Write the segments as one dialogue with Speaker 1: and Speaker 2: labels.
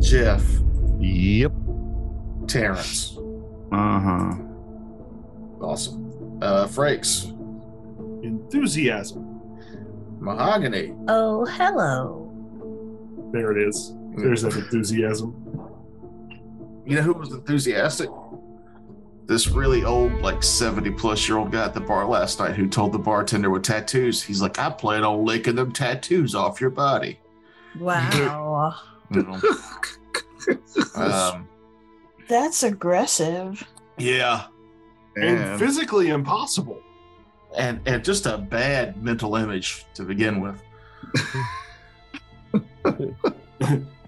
Speaker 1: Jeff,
Speaker 2: Yep.
Speaker 1: Terrence.
Speaker 2: Uh huh.
Speaker 1: Awesome. Uh, Frakes,
Speaker 3: Enthusiasm.
Speaker 1: Mahogany.
Speaker 4: Oh, hello.
Speaker 3: There it is. There's that enthusiasm.
Speaker 1: You know who was enthusiastic? This really old, like 70 plus year old guy at the bar last night who told the bartender with tattoos, he's like, I plan on licking them tattoos off your body.
Speaker 4: Wow.
Speaker 1: You know? um,
Speaker 5: That's aggressive.
Speaker 1: yeah.
Speaker 3: And
Speaker 1: And,
Speaker 3: physically impossible.
Speaker 1: and and just a bad mental image to begin with.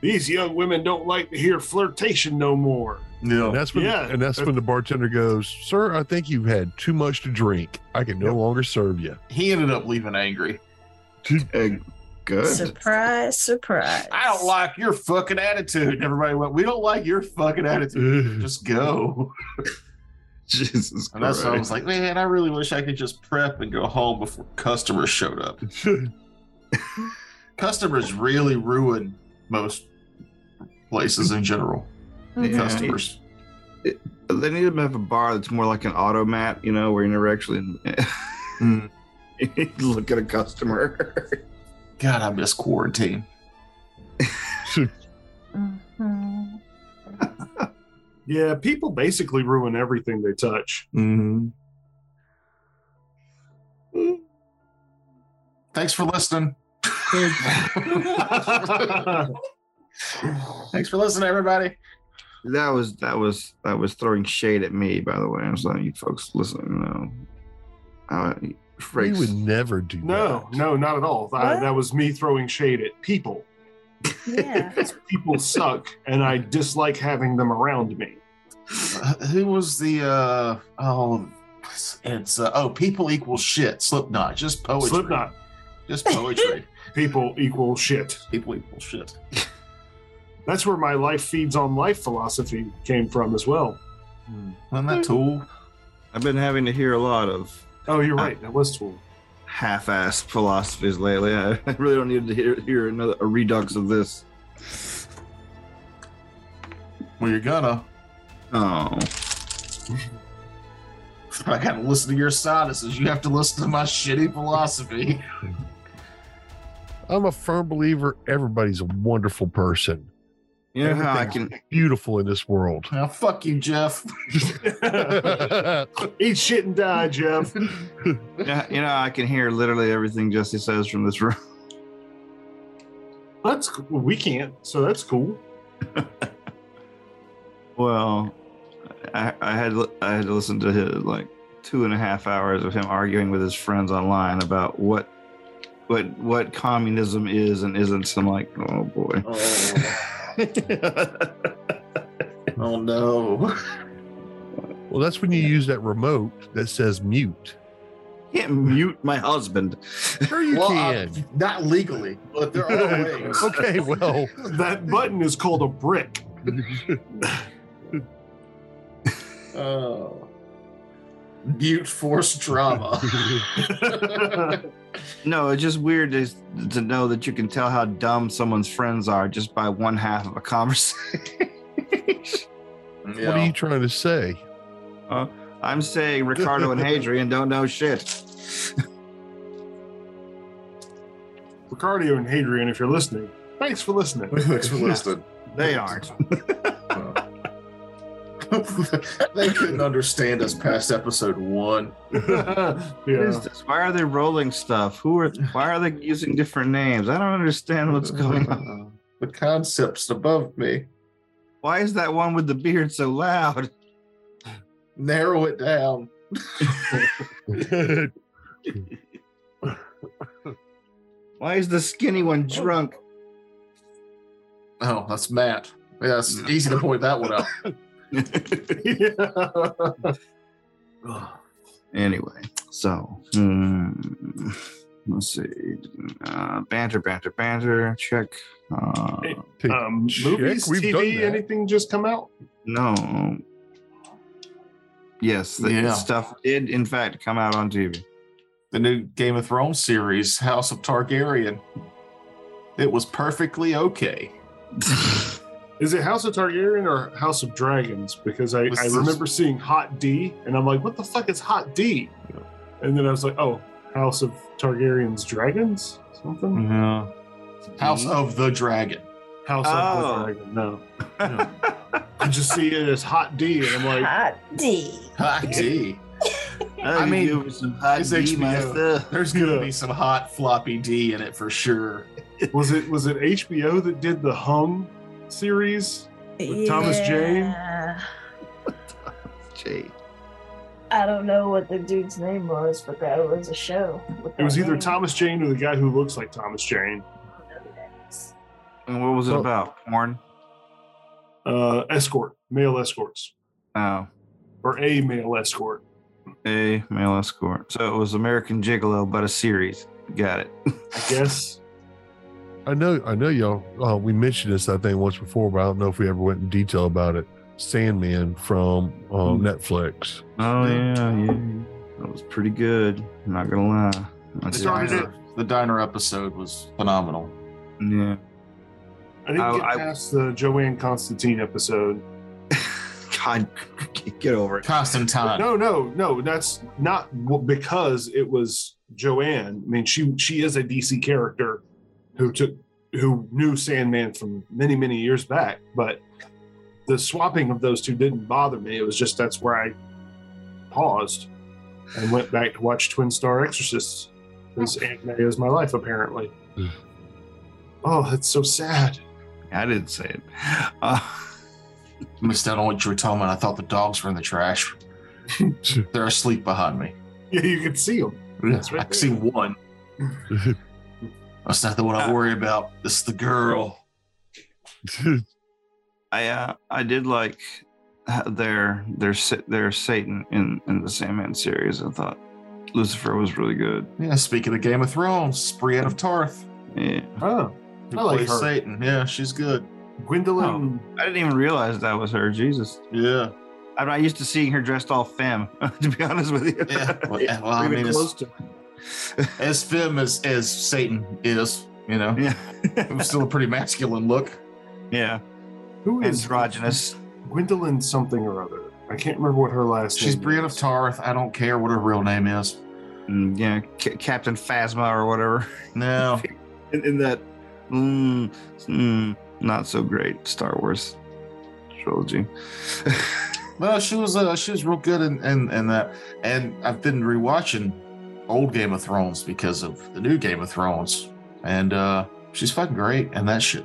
Speaker 3: These young women don't like to hear flirtation no more.
Speaker 1: No.
Speaker 2: And that's when
Speaker 3: Yeah.
Speaker 2: and that's when the bartender goes, "Sir, I think you've had too much to drink. I can no
Speaker 3: Yep.
Speaker 2: longer serve you."
Speaker 1: He ended up leaving angry.
Speaker 6: Eh, good.
Speaker 4: Surprise, surprise.
Speaker 1: I don't like your fucking attitude. And everybody went, We don't like your fucking attitude. Just go.
Speaker 6: Jesus Christ.
Speaker 1: And that's why I was like, Man, I really wish I could just prep and go home before customers showed up. Customers really ruin most places in general.
Speaker 6: Yeah.
Speaker 4: Mm-hmm,
Speaker 1: Customers.
Speaker 6: they need to have a bar that's more like an automat, you know, where you never actually you
Speaker 1: Mm-hmm.
Speaker 6: look at a customer.
Speaker 1: God, I miss quarantine.
Speaker 4: Mhm.
Speaker 3: Yeah, people basically ruin everything they touch.
Speaker 1: Mm-hmm. Thanks for listening. Thanks for listening, everybody.
Speaker 6: that was that was that was throwing shade at me, by the way. I was letting you folks listen, know. Uh,
Speaker 2: we
Speaker 6: Frakes,
Speaker 2: would never do
Speaker 3: no,
Speaker 2: that.
Speaker 3: no, not at all. I,
Speaker 4: What?
Speaker 3: that was me throwing shade at people.
Speaker 4: Yeah.
Speaker 3: People suck, and I dislike having them around me.
Speaker 1: Uh, who was the uh oh it's- it's uh, oh people equal shit slipknot just poetry
Speaker 3: Slipknot,
Speaker 1: just poetry
Speaker 3: people equal shit.
Speaker 1: people equal shit
Speaker 3: That's where my life feeds on life philosophy came from as well.
Speaker 1: isn't that tool
Speaker 6: I've been having to hear a lot of
Speaker 3: Oh, you're right. That was tool.
Speaker 6: half-assed philosophies lately. I, I really don't need to hear, hear another a redux of this.
Speaker 1: well you're gonna
Speaker 6: Oh,
Speaker 1: i gotta listen to your sinuses you have to listen to my shitty philosophy
Speaker 2: I'm a firm believer everybody's a wonderful person,
Speaker 6: you know how I can
Speaker 1: Everything's-
Speaker 2: beautiful in this world.
Speaker 1: now fuck you jeff
Speaker 3: Eat shit and die, Jeff.
Speaker 6: you know, you know I can hear literally everything Jesse says from this room.
Speaker 3: That's c- we can't, so that's cool.
Speaker 6: Well, I, I had I had to listen to his, like two and a half hours of him arguing with his friends online about what what what communism is and isn't. I'm like, oh boy.
Speaker 1: oh, oh no
Speaker 2: well, that's when you use that remote that says mute.
Speaker 6: Can't mute my husband.
Speaker 2: Sure, you
Speaker 1: well, I-
Speaker 2: can.
Speaker 1: not legally but there are ways
Speaker 2: okay, well,
Speaker 3: That button is called a brick.
Speaker 1: Oh. Mute force drama.
Speaker 6: No, it's just weird to, to know that you can tell how dumb someone's friends are just by one half of a conversation.
Speaker 2: what are you trying to say?
Speaker 6: I'm saying Ricardo and Hadrian don't know shit.
Speaker 3: Ricardio and Hadrian, if you're listening, thanks for listening.
Speaker 1: Thanks for listening.
Speaker 6: They aren't.
Speaker 1: they couldn't understand us past episode one.
Speaker 6: What is
Speaker 3: yeah.
Speaker 6: this? Why are they rolling stuff? Who are? Why are they using different names? I don't understand what's going on.
Speaker 1: The concept's above me.
Speaker 6: Why is that one with the beard so loud?
Speaker 1: Narrow it down.
Speaker 6: Why is the skinny one drunk?
Speaker 1: Oh, that's Matt. Yeah, it's easy to point that one out.
Speaker 6: Anyway, so hmm, let's see. Uh, banter, banter, banter. Check. Uh,
Speaker 3: Um,
Speaker 2: Check,
Speaker 3: movies,
Speaker 2: we've done
Speaker 3: TV,
Speaker 2: that.
Speaker 3: anything just come out?
Speaker 6: no. Yes, the
Speaker 1: Yeah.
Speaker 6: stuff did in fact come out on TV.
Speaker 1: The new Game of Thrones series, House of Targaryen. It was perfectly okay.
Speaker 3: Is it House of Targaryen or House of Dragons? Because I,
Speaker 1: What's
Speaker 3: I
Speaker 1: this?
Speaker 3: remember seeing Hot D, and I'm like, what the fuck is Hot D? And then I was like, oh, House of Targaryen's Dragons?
Speaker 1: Mm.
Speaker 3: Something?
Speaker 6: No.
Speaker 1: House of the Dragon.
Speaker 3: House
Speaker 6: Oh.
Speaker 3: of the Dragon, no. I just see it as Hot D, and I'm like,
Speaker 4: Hot D.
Speaker 1: Hot D.
Speaker 6: I
Speaker 1: mean,
Speaker 6: mean, give me some hot
Speaker 1: it's
Speaker 6: D,
Speaker 1: HBO.
Speaker 6: master.
Speaker 1: There's gonna
Speaker 3: Yeah.
Speaker 1: be some hot floppy D in it for sure.
Speaker 3: was it was it HBO that did the Hung series? With Thomas Jane?
Speaker 4: Yeah.
Speaker 6: Gee.
Speaker 5: I don't know what the dude's name was, but that was a show. with
Speaker 3: It was
Speaker 5: that
Speaker 3: either
Speaker 5: name.
Speaker 3: Thomas Jane or the guy who looks like Thomas Jane.
Speaker 6: And what was it
Speaker 2: Well-
Speaker 6: about? Porn?
Speaker 3: Uh, escort, male escorts,
Speaker 6: Oh,
Speaker 3: or a male escort.
Speaker 6: a male escort. So it was American Gigolo, but a series. Got it.
Speaker 3: I guess
Speaker 2: I know, I know, y'all. Uh, we mentioned this, I think, once before, but I don't know if we ever went in detail about it. Sandman from uh,
Speaker 6: Hmm.
Speaker 2: Netflix.
Speaker 6: Oh yeah, yeah. That was pretty good. I'm not gonna lie.
Speaker 1: The
Speaker 6: That's-
Speaker 3: started it.
Speaker 1: diner, the diner episode was phenomenal.
Speaker 6: Yeah.
Speaker 3: I didn't
Speaker 6: I-
Speaker 3: get
Speaker 6: I-
Speaker 3: past the Joanne Constantine episode.
Speaker 6: God, get over it.
Speaker 1: Constantine.
Speaker 3: No, no, no. That's not w- because it was Joanne. I mean, she she is a DC character who took who knew Sandman from many many years back. But the swapping of those two didn't bother me. It was just that's where I paused and went back to watch Twin Star Exorcists because anime is my life apparently.
Speaker 2: Mm.
Speaker 3: oh, that's so sad.
Speaker 6: I didn't say it. Uh,
Speaker 1: Missed out on what you were telling me. I thought the dogs were in the trash. They're asleep behind me.
Speaker 3: Yeah, you could see them. That's right
Speaker 1: I can see one. That's not the one I worry about. It's the girl.
Speaker 6: I uh, I did like their their Sa- their Satan in in the Sandman series. I thought Lucifer was really good.
Speaker 1: Yeah, speaking of Game of Thrones, Brienne of Tarth.
Speaker 6: Yeah.
Speaker 3: Oh,
Speaker 1: Who
Speaker 3: I like
Speaker 1: plays
Speaker 3: her.
Speaker 1: Satan. Yeah, she's good.
Speaker 3: Gwendolyn.
Speaker 6: I didn't even realize that was her. Jesus,
Speaker 1: Yeah.
Speaker 6: I'm not used to seeing her dressed all femme. To be honest with you.
Speaker 1: Yeah. Well, yeah, well, I
Speaker 6: Even
Speaker 1: mean,
Speaker 6: close
Speaker 1: as,
Speaker 6: to.
Speaker 1: as femme as, as Satan is, you know,
Speaker 6: Yeah.
Speaker 1: it was still a pretty masculine look.
Speaker 6: yeah.
Speaker 3: Who is
Speaker 6: Androgynous.
Speaker 3: Gwendolyn something or other. I can't remember what her last
Speaker 1: She's
Speaker 3: name
Speaker 1: Brienne of
Speaker 3: is.
Speaker 1: Tarth. I don't care what her real name is.
Speaker 6: Mm, yeah. C- Captain Phasma or whatever.
Speaker 1: No.
Speaker 6: in, in that mm, mm, not so great Star Wars trilogy.
Speaker 1: No, she was uh, she was real good in, in, in that. And I've been rewatching old Game of Thrones because of the new Game of Thrones. And uh she's fucking great and that shit.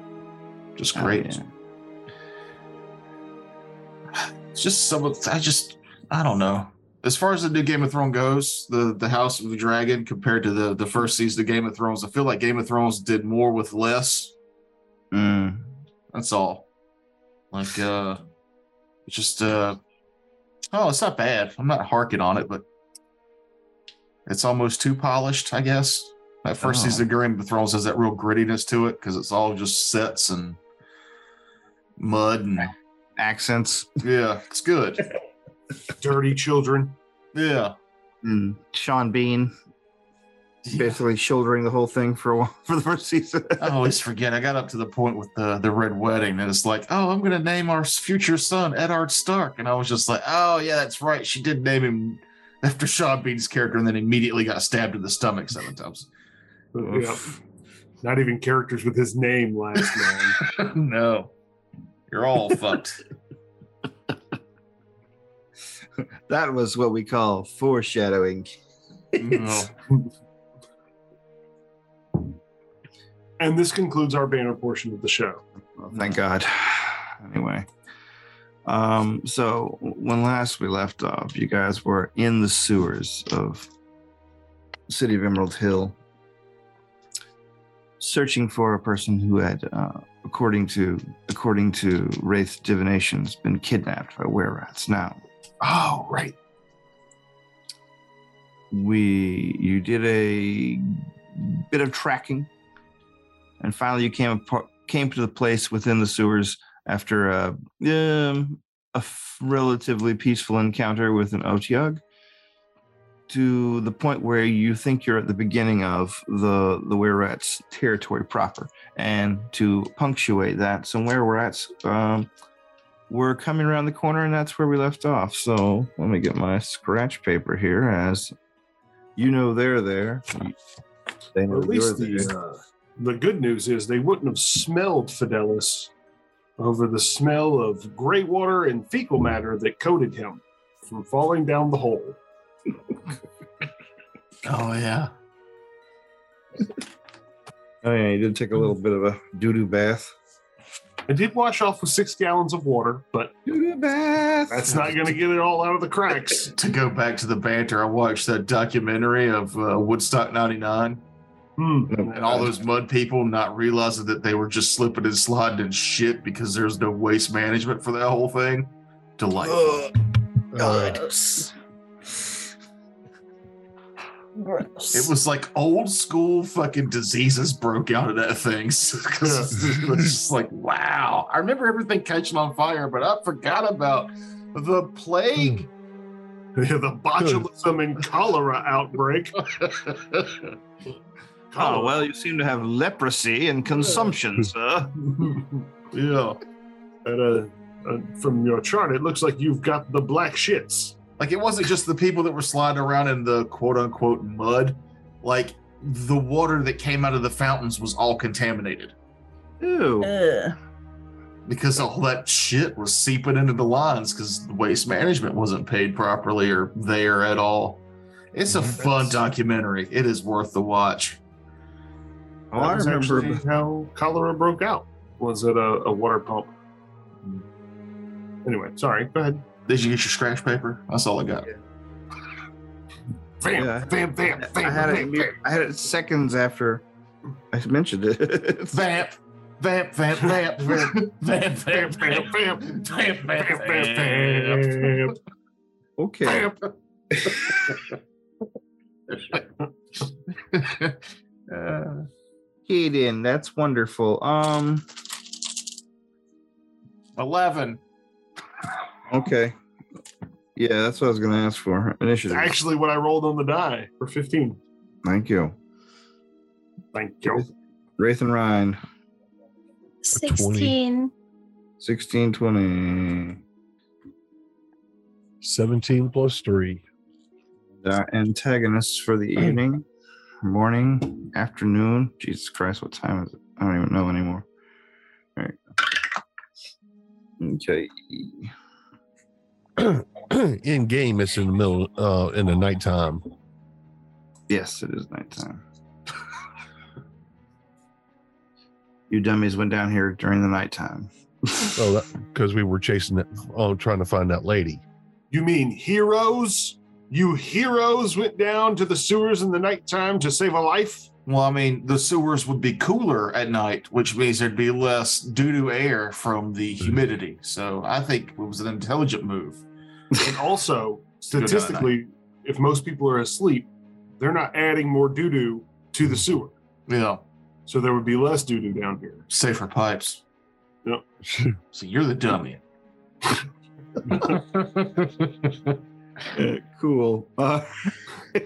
Speaker 1: Just great.
Speaker 6: Oh, yeah.
Speaker 1: It's just some of I just I don't know. As far as the new Game of Thrones goes, the the House of the Dragon compared to the the first season of Game of Thrones, I feel like Game of Thrones did more with less.
Speaker 6: Mm.
Speaker 1: That's all. Like uh it's just uh oh, it's not bad. I'm not harking on it, but it's almost too polished, I guess. That first
Speaker 6: Oh.
Speaker 1: season of Game of Thrones has that real grittiness to it because it's all just sets and mud and
Speaker 6: Accents.
Speaker 1: yeah, it's good.
Speaker 3: Dirty Children.
Speaker 1: Yeah.
Speaker 6: Mm. Sean Bean basically shouldering the whole thing for a while, for the first season.
Speaker 1: I always forget. I got up to the point with the the red wedding, and it's like, oh, I'm gonna name our future son Edard Stark, and I was just like, oh yeah, that's right. She did name him after Sean Bean's character, and then immediately got stabbed in the stomach seven times.
Speaker 3: Yeah. Not even characters with his name last name.
Speaker 1: no, you're all fucked.
Speaker 6: That was what we call foreshadowing.
Speaker 1: No.
Speaker 3: and this concludes our banner portion of the show.
Speaker 6: Well, thank God. Anyway, um, so when last we left off, you guys were in the sewers of City of Emerald Hill, searching for a person who had, uh, according to according to Wraith divinations, been kidnapped by were rats. Now,
Speaker 3: Oh, right.
Speaker 6: we you did a bit of tracking and finally you came apart, came to the place within the sewers after a um, a f- relatively peaceful encounter with an otiog to the point where you think you're at the beginning of the the were rat's territory proper, and to punctuate that, some were rats um, were coming around the corner, and that's where we left off. So let me get my scratch paper here, as you know they're there. They know
Speaker 3: At least
Speaker 6: you're
Speaker 3: the
Speaker 6: there.
Speaker 3: uh, the good news is they wouldn't have smelled Fidelis over the smell of gray water and fecal matter that coated him from falling down the hole.
Speaker 1: Oh yeah.
Speaker 6: Oh yeah, you did take a little bit of a doo doo bath.
Speaker 3: I did wash off with six gallons of water, but
Speaker 6: Doo doo bath.
Speaker 3: that's not going to get it all out of the cracks.
Speaker 1: To go back to the banter, I watched that documentary of uh, Woodstock '99
Speaker 3: Hmm.
Speaker 1: and all those mud people not realizing that they were just slipping and sliding and shit because there's no waste management for that whole thing. Delightful.
Speaker 2: Uh,
Speaker 5: Gross.
Speaker 1: It was like old school fucking diseases broke out of that thing. 'Cause it was just like, wow. I remember everything catching on fire, but I forgot about the plague.
Speaker 3: Yeah, the botulism and cholera outbreak.
Speaker 6: Oh well, you seem to have leprosy and consumption, sir.
Speaker 1: yeah.
Speaker 3: And, uh, uh, from your chart, it looks like you've got the black shits.
Speaker 1: Like it wasn't just the people that were sliding around in the quote unquote mud. Like the water that came out of the fountains was all contaminated
Speaker 6: Ew.
Speaker 4: Ugh.
Speaker 1: because all that shit was seeping into the lines because the waste management wasn't paid properly or there at all. It's a fun documentary. It is worth the watch.
Speaker 6: Oh, I
Speaker 3: That was
Speaker 6: remember.
Speaker 3: actually how cholera broke out. Was it a, a water pump? Anyway, sorry. Go ahead.
Speaker 1: Did you get your scratch paper? That's all I got.
Speaker 3: Bam,
Speaker 6: Yeah.
Speaker 3: bam, bam, bam,
Speaker 6: I had it.
Speaker 3: bam, bam.
Speaker 6: mere- I had it seconds after I mentioned it.
Speaker 1: Vamp, vamp, vamp, vamp, vamp, vamp,
Speaker 3: Bam,
Speaker 1: vamp,
Speaker 3: bam,
Speaker 1: vamp,
Speaker 3: bam,
Speaker 1: vamp, vamp,
Speaker 3: bam,
Speaker 1: vamp.
Speaker 3: bam,
Speaker 6: okay.
Speaker 3: bam, bam.
Speaker 1: Uh,
Speaker 6: Hayden, that's wonderful. Um.
Speaker 1: Eleven.
Speaker 6: Okay. Yeah, that's what I was going to ask for. Initiative.
Speaker 3: Actually, what I rolled on the die for 15.
Speaker 6: Thank you,
Speaker 3: Thank you.
Speaker 6: Wraith and Ryan.
Speaker 4: 16.
Speaker 6: Sixteen twenty.
Speaker 2: 17 plus three.
Speaker 6: Our antagonists for the evening, morning, afternoon. Jesus Christ, what time is it? I don't even know anymore. All right. Okay.
Speaker 2: in game, it's in the middle, uh, in the nighttime.
Speaker 6: Yes, it is nighttime. you dummies went down here during the nighttime.
Speaker 2: Oh, because we were chasing that, oh, trying to find that lady.
Speaker 3: You mean heroes? You heroes went down to the sewers in the nighttime to save a life?
Speaker 1: Well, I mean, the sewers would be cooler at night, which means there'd be less doo doo air from the humidity. So I think it was an intelligent move.
Speaker 3: And also,
Speaker 1: down at
Speaker 3: statistically, if most people are asleep, they're not adding more doo doo to the sewer.
Speaker 1: Yeah,
Speaker 3: So there would be less doo doo down here.
Speaker 1: safer pipes.
Speaker 3: Yep.
Speaker 1: So you're the dummy.
Speaker 6: Uh, cool. Uh,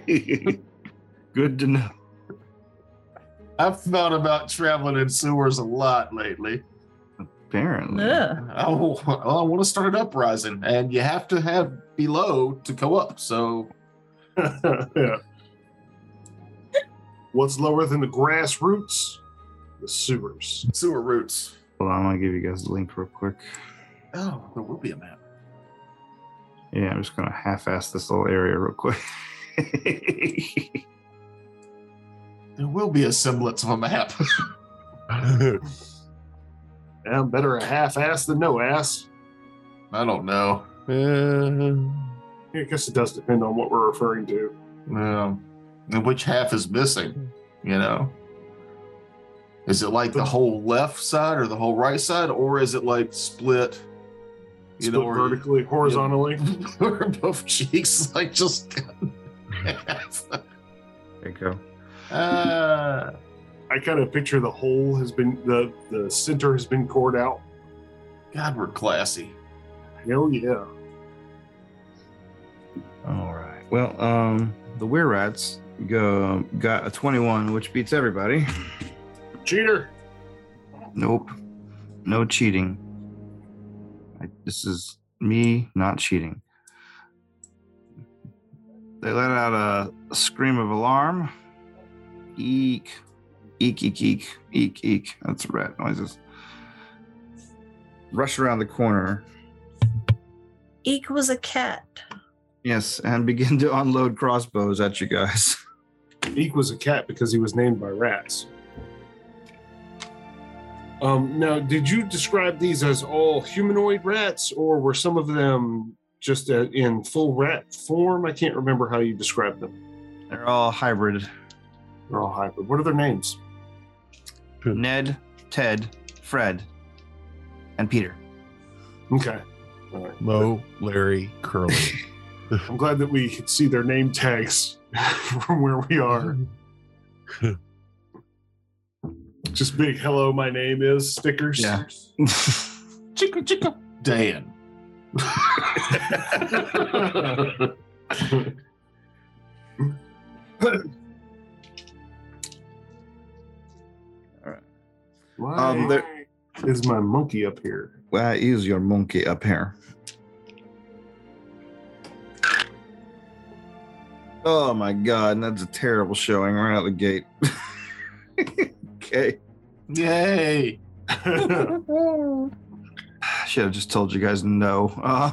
Speaker 6: good to know.
Speaker 1: I've thought about traveling in sewers a lot lately.
Speaker 6: Apparently.
Speaker 3: Mm.
Speaker 4: Ugh.
Speaker 1: I, w- I want to start an uprising, and you have to have below to go up. So
Speaker 3: yeah. What's lower than the grassroots? The sewers.
Speaker 1: sewer routes.
Speaker 6: Hold on, I'm gonna give you guys the link real quick.
Speaker 1: Oh, there will be a map.
Speaker 6: Yeah, I'm just gonna half-ass this little area real quick.
Speaker 1: There will be a semblance of a map.
Speaker 3: Yeah, better a half ass than no ass.
Speaker 1: I don't know.
Speaker 2: Uh,
Speaker 3: I guess it does depend on what we're referring to.
Speaker 1: Um, and which half is missing? You know, is it like the whole left side or the whole right side, or is it like split? You
Speaker 3: Split
Speaker 1: know, or-
Speaker 3: vertically, horizontally.
Speaker 1: or both cheeks like just cut in half.
Speaker 6: there you go.
Speaker 1: Uh,
Speaker 3: I kind of picture the hole has been the the center has been cored out.
Speaker 1: God, we're classy.
Speaker 3: Hell yeah.
Speaker 6: All right. Well, um, the Weir Rats go got a 21, which beats everybody.
Speaker 3: Cheater.
Speaker 6: Nope, no cheating. I, this is me not cheating. They let out a scream of alarm. Eek, eek, eek, eek, eek, eek. That's rat noises. Rush around the corner.
Speaker 4: Equals a cat.
Speaker 6: Yes, and begin to unload crossbows at you guys.
Speaker 3: Eek was a cat because he was named by rats. Um, now, did you describe these as all humanoid rats, or were some of them just uh, in full rat form? I can't remember how you described them.
Speaker 6: They're all hybrid.
Speaker 3: They're all hybrid. What are their names?
Speaker 6: Ned, Ted, Fred, and Peter.
Speaker 3: Okay. All right.
Speaker 2: Mo, Larry, Curly.
Speaker 3: I'm glad that we could see their name tags from where we are. Just big hello, my name is stickers.
Speaker 6: Yeah.
Speaker 3: Chica chica.
Speaker 1: Dan.
Speaker 3: Why
Speaker 6: Um, there-
Speaker 3: is my monkey up here?
Speaker 6: Where is your monkey up here? Oh my god, and that's a terrible showing right out the gate. okay.
Speaker 1: Yay.
Speaker 3: Oh,
Speaker 4: Mm-hmm.
Speaker 6: Should have just told you guys no. Uh,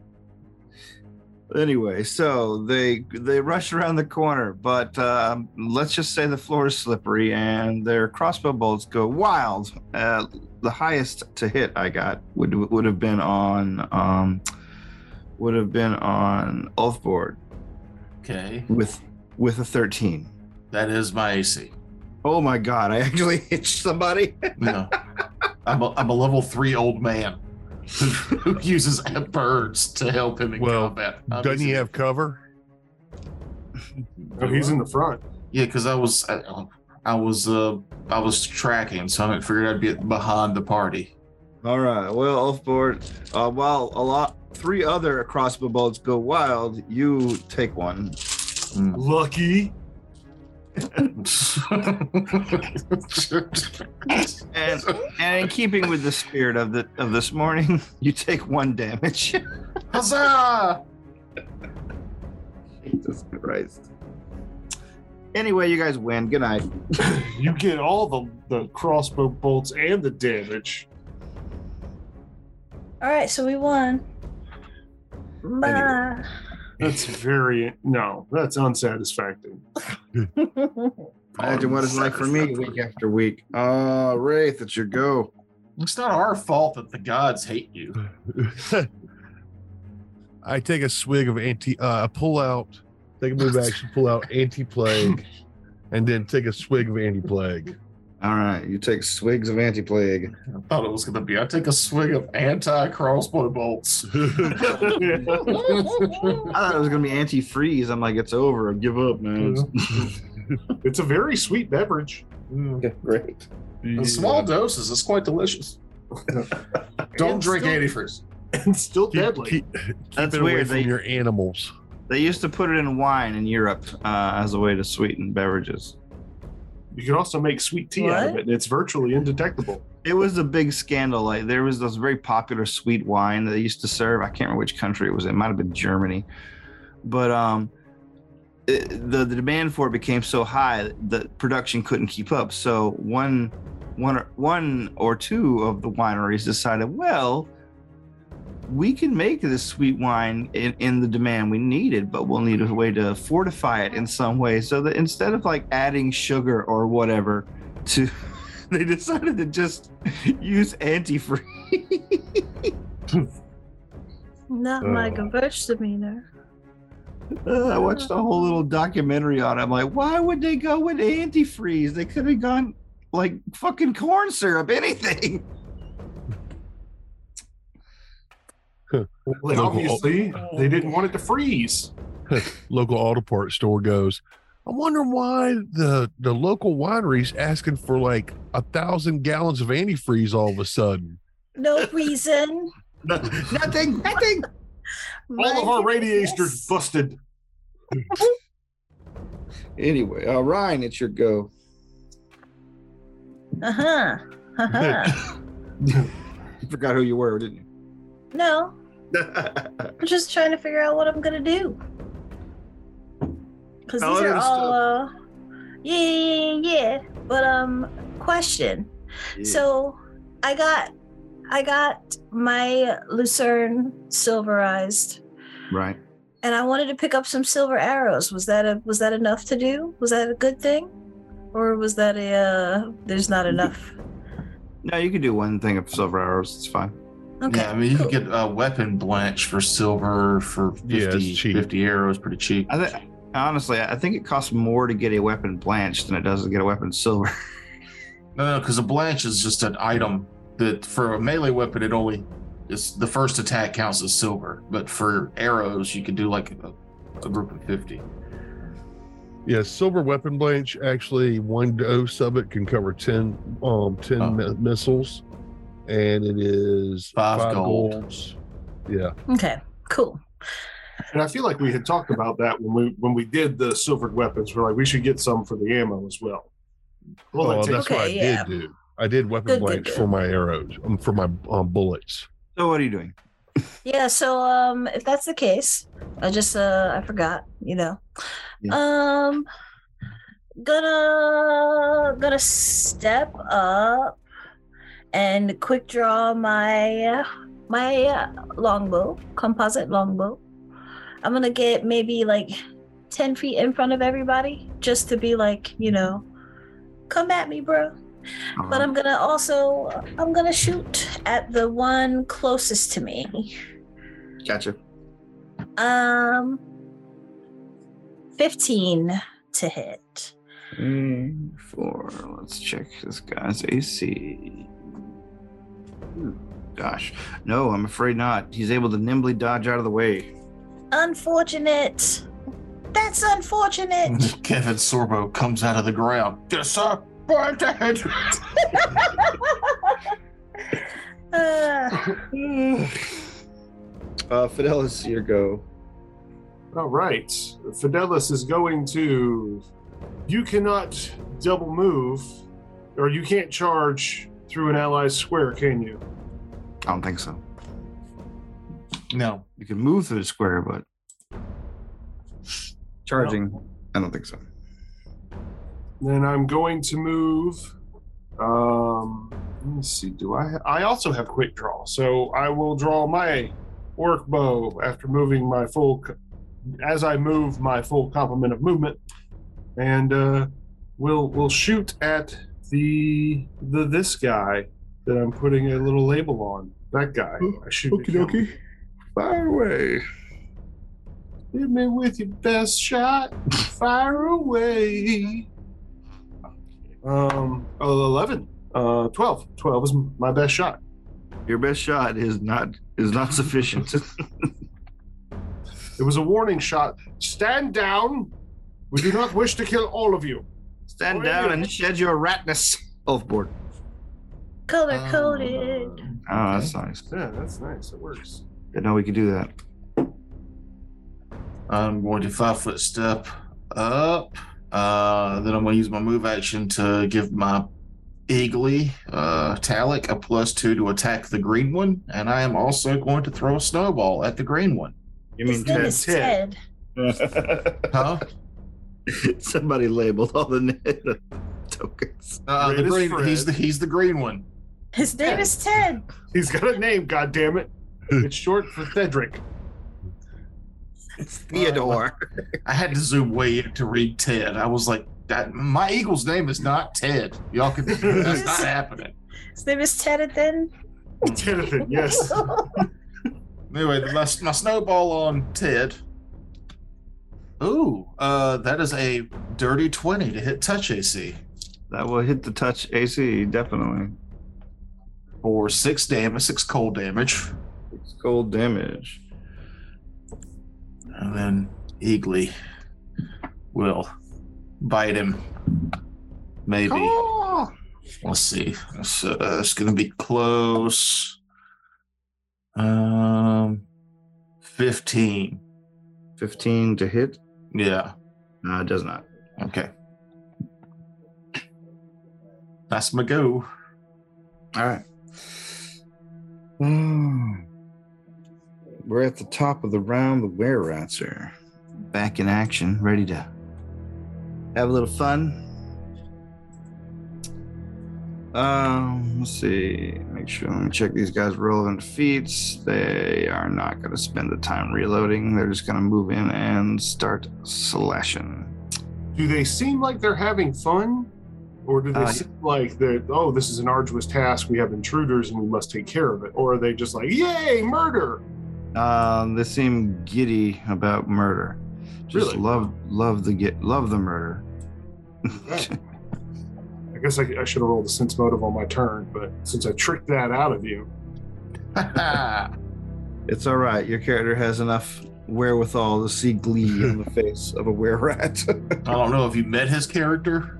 Speaker 6: anyway, so they they rush around the corner, but um, let's just say the floor is slippery and their crossbow bolts go wild. Uh, the highest to hit I got would would have been on um, would have been on Ulfborg
Speaker 1: Okay.
Speaker 6: with with a thirteen.
Speaker 1: That is my AC.
Speaker 6: Oh my god! I actually hit somebody.
Speaker 1: No. I'm, a, I'm a level three old man who, who uses birds to help him in
Speaker 2: Well,
Speaker 1: combat.
Speaker 2: Doesn't he have cover?
Speaker 3: Oh, he's in the front.
Speaker 1: Yeah, because I was I, I was uh I was tracking, so I figured I'd be behind the party.
Speaker 6: All right. Well, off board. Uh, while a lot, three other crossbow bolts go wild, you take one.
Speaker 3: Lucky.
Speaker 6: And, and in keeping with the spirit of the of this morning, you take one damage.
Speaker 1: Huzzah!
Speaker 6: Jesus Christ. Oh, Anyway, you guys win. Good night.
Speaker 3: You get all the, the crossbow bolts and the damage.
Speaker 4: All right, so we won. Bye.
Speaker 3: That's very no, that's unsatisfactory.
Speaker 6: Imagine what it's like for me week after week. Oh, Wraith, it's your go.
Speaker 1: It's not our fault that the gods hate you.
Speaker 2: I take a swig of anti. Uh, I pull out. Take a move action. Pull out anti-plague, and then take a swig of anti-plague.
Speaker 6: All right, you take swigs of anti-plague.
Speaker 1: I thought it was gonna be. I take a swig of anti-crossbow bolts.
Speaker 6: I thought it was gonna be anti-freeze. I'm like, it's over. Give up, man.
Speaker 3: It's a very sweet beverage. Mm.
Speaker 6: Great.
Speaker 1: In small doses, it's quite delicious. Don't drink antifreeze.
Speaker 3: It's still
Speaker 2: Keep-
Speaker 3: deadly.
Speaker 2: keep-
Speaker 6: That's
Speaker 2: keep it away
Speaker 6: weird.
Speaker 2: from
Speaker 6: They-
Speaker 2: your animals.
Speaker 6: They used to put it in wine in Europe uh, as a way to sweeten beverages.
Speaker 3: You can also make sweet tea out of
Speaker 4: What?
Speaker 3: it, and it's virtually indetectable.
Speaker 6: It was a big scandal. Like there was this very popular sweet wine that they used to serve. I can't remember which country it was. It might have been Germany, but um, it, the the demand for it became so high that production couldn't keep up. So one one or, one or two of the wineries decided, well, we can make this sweet wine in, in the demand we need it, but we'll need a way to fortify it in some way. So that instead of like adding sugar or whatever to, they decided to just use antifreeze.
Speaker 4: Not my
Speaker 3: Uh.
Speaker 4: converged demeanor.
Speaker 6: Uh, I watched a whole little documentary on it. I'm like, why would they go with antifreeze? They could have gone like fucking corn syrup, anything.
Speaker 3: Well, obviously, they didn't want it to freeze.
Speaker 2: Local auto parts store goes. I wonder why the the local winery's asking for like a thousand gallons of antifreeze all of a sudden.
Speaker 4: No reason.
Speaker 6: nothing, nothing.
Speaker 3: All of our radiators
Speaker 4: Yes.
Speaker 3: busted.
Speaker 6: Anyway, uh, Ryan, it's your go.
Speaker 5: Uh huh. Uh huh.
Speaker 6: You forgot who you were, didn't you?
Speaker 5: no,
Speaker 6: I
Speaker 5: I'm just trying to figure out what I'm gonna do. Cause
Speaker 6: How
Speaker 5: these
Speaker 6: other
Speaker 5: are all, uh, yeah, yeah, yeah, yeah. But um, question. So, I got, I got my Lucerne silverized,
Speaker 6: right,
Speaker 5: and I wanted to pick up some silver arrows. Was that a was that enough to do? Was that a good thing, or was that a uh, there's not enough?
Speaker 6: no, you could do one thing of silver arrows. It's fine.
Speaker 5: Okay.
Speaker 1: yeah, I mean, you
Speaker 5: cool.
Speaker 1: could get a weapon blanch for silver for
Speaker 2: Yeah, it's
Speaker 1: 50,
Speaker 2: cheap.
Speaker 1: 50 arrows, pretty cheap.
Speaker 6: I think honestly, I think it costs more to get a weapon blanched than it does to get a weapon silver.
Speaker 1: No, no, because a blanch is just an item that for a melee weapon, it only is the first attack counts as silver, but for arrows, you could do like a, a group of 50.
Speaker 2: Yeah, silver weapon blanch actually one dose of it can cover ten um ten
Speaker 1: Oh.
Speaker 2: mi- missiles, and it is
Speaker 1: Five gold.
Speaker 2: golds. Yeah,
Speaker 5: Okay. Cool.
Speaker 3: And I feel like we had talked about that when we when we did the silvered weapons. We're like, we should get some for the ammo as well. Well,
Speaker 2: oh,
Speaker 3: that
Speaker 2: that's
Speaker 3: takes-
Speaker 2: what I
Speaker 5: Okay, yeah.
Speaker 2: did do. I did weapon
Speaker 5: Good, good,
Speaker 2: blanch
Speaker 5: good.
Speaker 2: for my arrows, um, for my um, bullets.
Speaker 6: So what are you doing?
Speaker 5: Yeah, so um if that's the case, I just uh I forgot, you know.
Speaker 6: Yeah.
Speaker 5: Um gonna gonna step up and quick draw my my uh, longbow, composite longbow. I'm gonna get maybe like 10 feet in front of everybody just to be like, you know, come at me, bro. But
Speaker 6: Uh,
Speaker 5: I'm gonna also I'm gonna shoot at the one closest to me.
Speaker 6: gotcha.
Speaker 5: Um, fifteen to hit.
Speaker 6: Three, four. Let's check this guy's AC. Hmm, Gosh, no, I'm afraid not. He's able to nimbly dodge out of the way.
Speaker 5: Unfortunate. That's unfortunate.
Speaker 1: Kevin Sorbo comes out of the ground. Disappointed!
Speaker 5: uh,
Speaker 6: Uh, Fidelis, your go.
Speaker 3: All right, Fidelis is going to. You cannot double move, or you can't charge through an ally's square, can you?
Speaker 6: I don't think so.
Speaker 1: No.
Speaker 6: You can move through the square, but charging, I don't think so.
Speaker 3: Then I'm going to move. Um, let me see. Do I? Ha- I also have quick draw, so I will draw my orc bow after moving my full, co- as I move my full complement of movement, and uh, we'll we'll shoot at the the this guy that I'm putting a little label on. That guy. I shoot. at him.
Speaker 6: Fire away.
Speaker 3: Hit me with your best shot. Fire away. Um, oh, 11. Uh, 12. 12 is my best shot.
Speaker 6: Your best shot is not is not sufficient.
Speaker 3: It was a warning shot. Stand down. We do not wish to kill all of you.
Speaker 6: Stand down and shed your ratness. Off board.
Speaker 5: color
Speaker 1: Um,
Speaker 5: coded.
Speaker 6: Oh, that's nice.
Speaker 3: Yeah, that's nice. It works.
Speaker 6: Didn't know we could do that.
Speaker 1: I'm going to five foot step up. Uh, then I'm going to use my move action to give my Eagly uh, Talic a plus two to attack the green one. And I am also going to throw a snowball at the green one.
Speaker 6: You
Speaker 5: His name is Ted.
Speaker 1: Huh?
Speaker 6: Somebody labeled all the net tokens.
Speaker 1: Uh, the
Speaker 3: Red is
Speaker 1: green,
Speaker 3: Fred.
Speaker 1: he's, the, he's the green one.
Speaker 5: His name is Ted.
Speaker 3: He's got a name, God damn it! It's short for Thedric.
Speaker 6: It's Theodore.
Speaker 1: I had to zoom way in to read Ted. I was like, that, my eagle's name is not Ted. Y'all can, that's not happening.
Speaker 5: His name is Ted. And then
Speaker 3: Tenethan, yes.
Speaker 1: Anyway, my, my snowball on Ted. Ooh, uh, that is a dirty 20 to hit touch AC
Speaker 6: That will hit the touch AC, definitely.
Speaker 1: for six damage, six cold damage.
Speaker 6: It's cold damage.
Speaker 1: And then Eagly will bite him. Maybe. Let's see. It's, uh, it's going to be close. Um, 15.
Speaker 6: 15 to hit.
Speaker 1: Yeah.
Speaker 6: No, it does not.
Speaker 1: Okay. That's my go.
Speaker 6: All right. Hmm. We're at the top of the round. The were rats are back in action, ready to have a little fun. Um, let's see. Make sure let me check these guys' relevant feats. They are not going to spend the time reloading. They're just going to move in and start slashing.
Speaker 3: Do they seem like they're having fun? Or do they
Speaker 6: Uh,
Speaker 3: seem like that, oh, this is an arduous task, we have intruders and we must take care of it? Or are they just like, yay, murder?
Speaker 6: Um, they seem giddy about murder. Just
Speaker 3: Really?
Speaker 6: love, love the get, love the murder.
Speaker 3: Right. I guess I, I should have rolled a sense motive on my turn, but since I tricked that out of you,
Speaker 6: It's all right. Your character has enough wherewithal to see glee on the face of a were rat.
Speaker 1: I don't know if you met his character.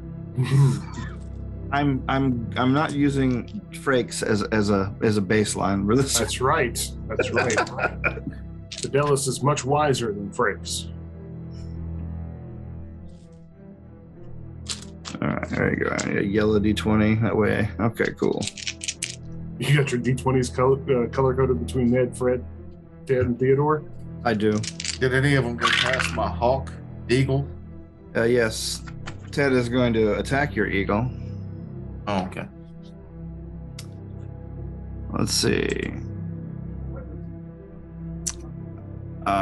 Speaker 6: I'm I'm I'm not using Frakes as as a as a baseline for this.
Speaker 3: that's right. That's right. Fidelis is much wiser than Frakes.
Speaker 6: All right, there you go. I need a yellow d20 that way. Okay, cool.
Speaker 3: You got your D20s color, uh, color coded between Ned, Fred, Ted, and Theodore?
Speaker 6: I do.
Speaker 1: Did any of them go past my hawk, eagle?
Speaker 6: Uh, yes, Ted is going to attack your eagle.
Speaker 1: Oh, okay.
Speaker 6: Let's see.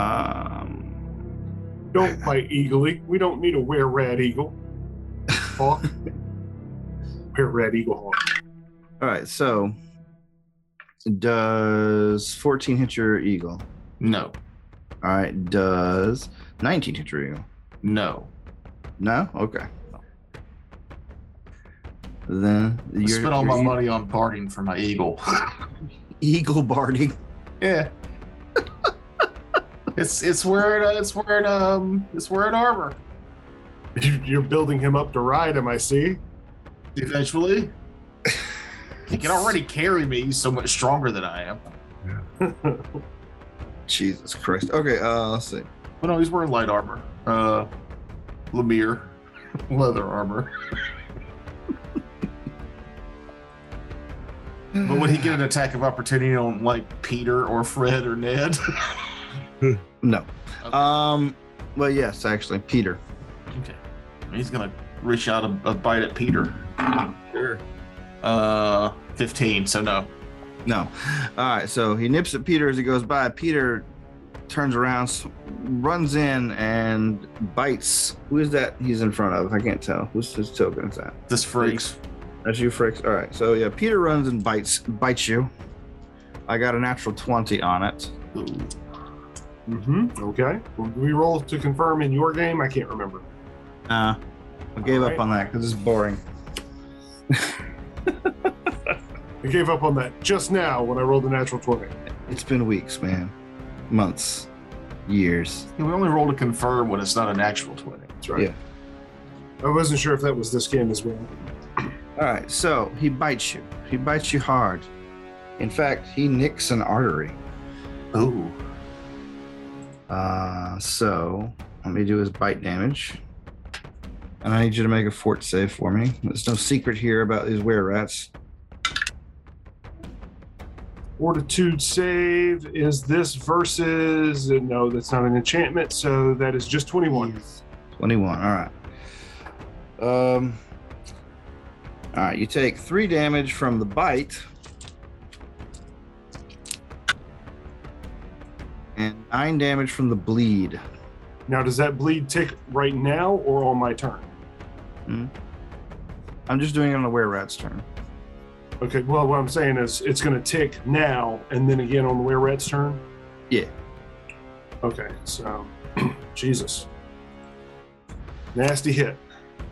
Speaker 6: Um,
Speaker 3: Don't fight eagerly. We don't need a wear red eagle. Hawk. wear red eagle hawk.
Speaker 6: all right, so does 14 hit your eagle?
Speaker 1: No,
Speaker 6: All right, does 19 hit your eagle?
Speaker 1: no.
Speaker 6: No? Okay. Then
Speaker 1: I
Speaker 6: you
Speaker 1: spent all my money on parting for my eagle.
Speaker 6: Eagle barding.
Speaker 1: yeah. It's it's where it, uh, it's where it, um it's where it armor.
Speaker 3: You- You're building him up to ride him, I see.
Speaker 1: Eventually, he can already carry me. He's so much stronger than I am.
Speaker 6: Jesus Christ. Okay, uh, let's see.
Speaker 1: But no, he's wearing light armor. Uh, Lemire, leather armor. But would he get an attack of opportunity on like Peter or Fred or Ned?
Speaker 6: No.
Speaker 1: Okay.
Speaker 6: Um. Well, yes, actually, Peter.
Speaker 1: okay, he's gonna reach out a, a bite at Peter.
Speaker 6: Sure.
Speaker 1: Uh, fifteen. So no.
Speaker 6: No. All right. So he nips at Peter as he goes by. Peter turns around, s- runs in, and bites. Who is that? He's in front of. I can't tell. Who's his token? Is that?
Speaker 1: This freaks.
Speaker 6: That's you, Fricks. All right. So yeah, Peter runs and bites bites you. I got a natural twenty on it.
Speaker 1: Ooh.
Speaker 3: Mm-hmm. Okay. Well, do we roll to confirm in your game? I can't remember.
Speaker 6: Uh, I gave
Speaker 3: Alright.
Speaker 6: up on that because it's boring.
Speaker 3: I gave up on that just now when I rolled the natural 20.
Speaker 6: It's been weeks, man, months, years.
Speaker 1: Yeah, we only roll to confirm when it's not a natural twenty.
Speaker 3: That's right.
Speaker 6: Yeah.
Speaker 3: I wasn't sure if that was this game as well.
Speaker 6: All right. So he bites you. He bites you hard. In fact, he nicks an artery.
Speaker 1: Ooh.
Speaker 6: Uh, so let me do his bite damage. And I need you to make a fort save for me. There's no secret here about these were rats.
Speaker 3: Fortitude save. Is this versus. No, that's not an enchantment. So that is just 21.
Speaker 6: 21. All right. Um. All right. You take three damage from the bite, and nine damage from the bleed.
Speaker 3: Now, does that bleed tick right now or on my turn?
Speaker 6: I'm just doing it on the were rat's turn.
Speaker 3: Okay, well, what I'm saying is it's going to tick now and then again on the Were Rat's turn?
Speaker 6: Yeah.
Speaker 3: Okay, so, Jesus. Nasty hit.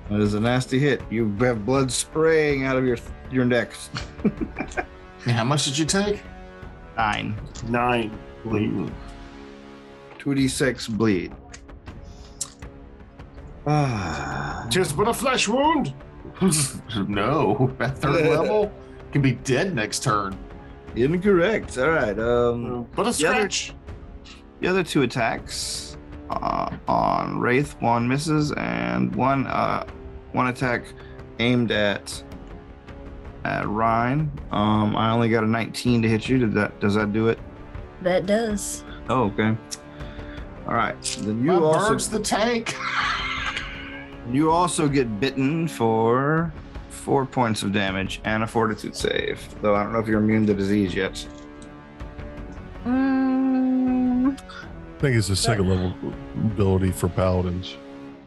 Speaker 6: That is a nasty hit. You have blood spraying out of your your neck.
Speaker 1: Yeah, how much did you take?
Speaker 6: Nine.
Speaker 3: Nine bleed.
Speaker 1: Ooh.
Speaker 6: 2d6 bleed. Ah.
Speaker 3: Tis but a flesh wound.
Speaker 1: no, at third level can be dead next turn.
Speaker 6: Incorrect. All right. Um.
Speaker 3: But a
Speaker 6: The other-
Speaker 3: scratch.
Speaker 6: The other two attacks uh, on Wraith. One misses, and one uh, one attack aimed at at Ryan. Um, I only got a 19 to hit you. Did that? Does that do it?
Speaker 5: That does.
Speaker 6: Oh, okay. All right. Then you
Speaker 1: My
Speaker 6: also
Speaker 1: bird's the tank.
Speaker 6: you also get bitten for four points of damage and a Fortitude save. Though I don't know if you're immune to disease yet.
Speaker 5: Mm,
Speaker 2: I think it's the second level ability for paladins.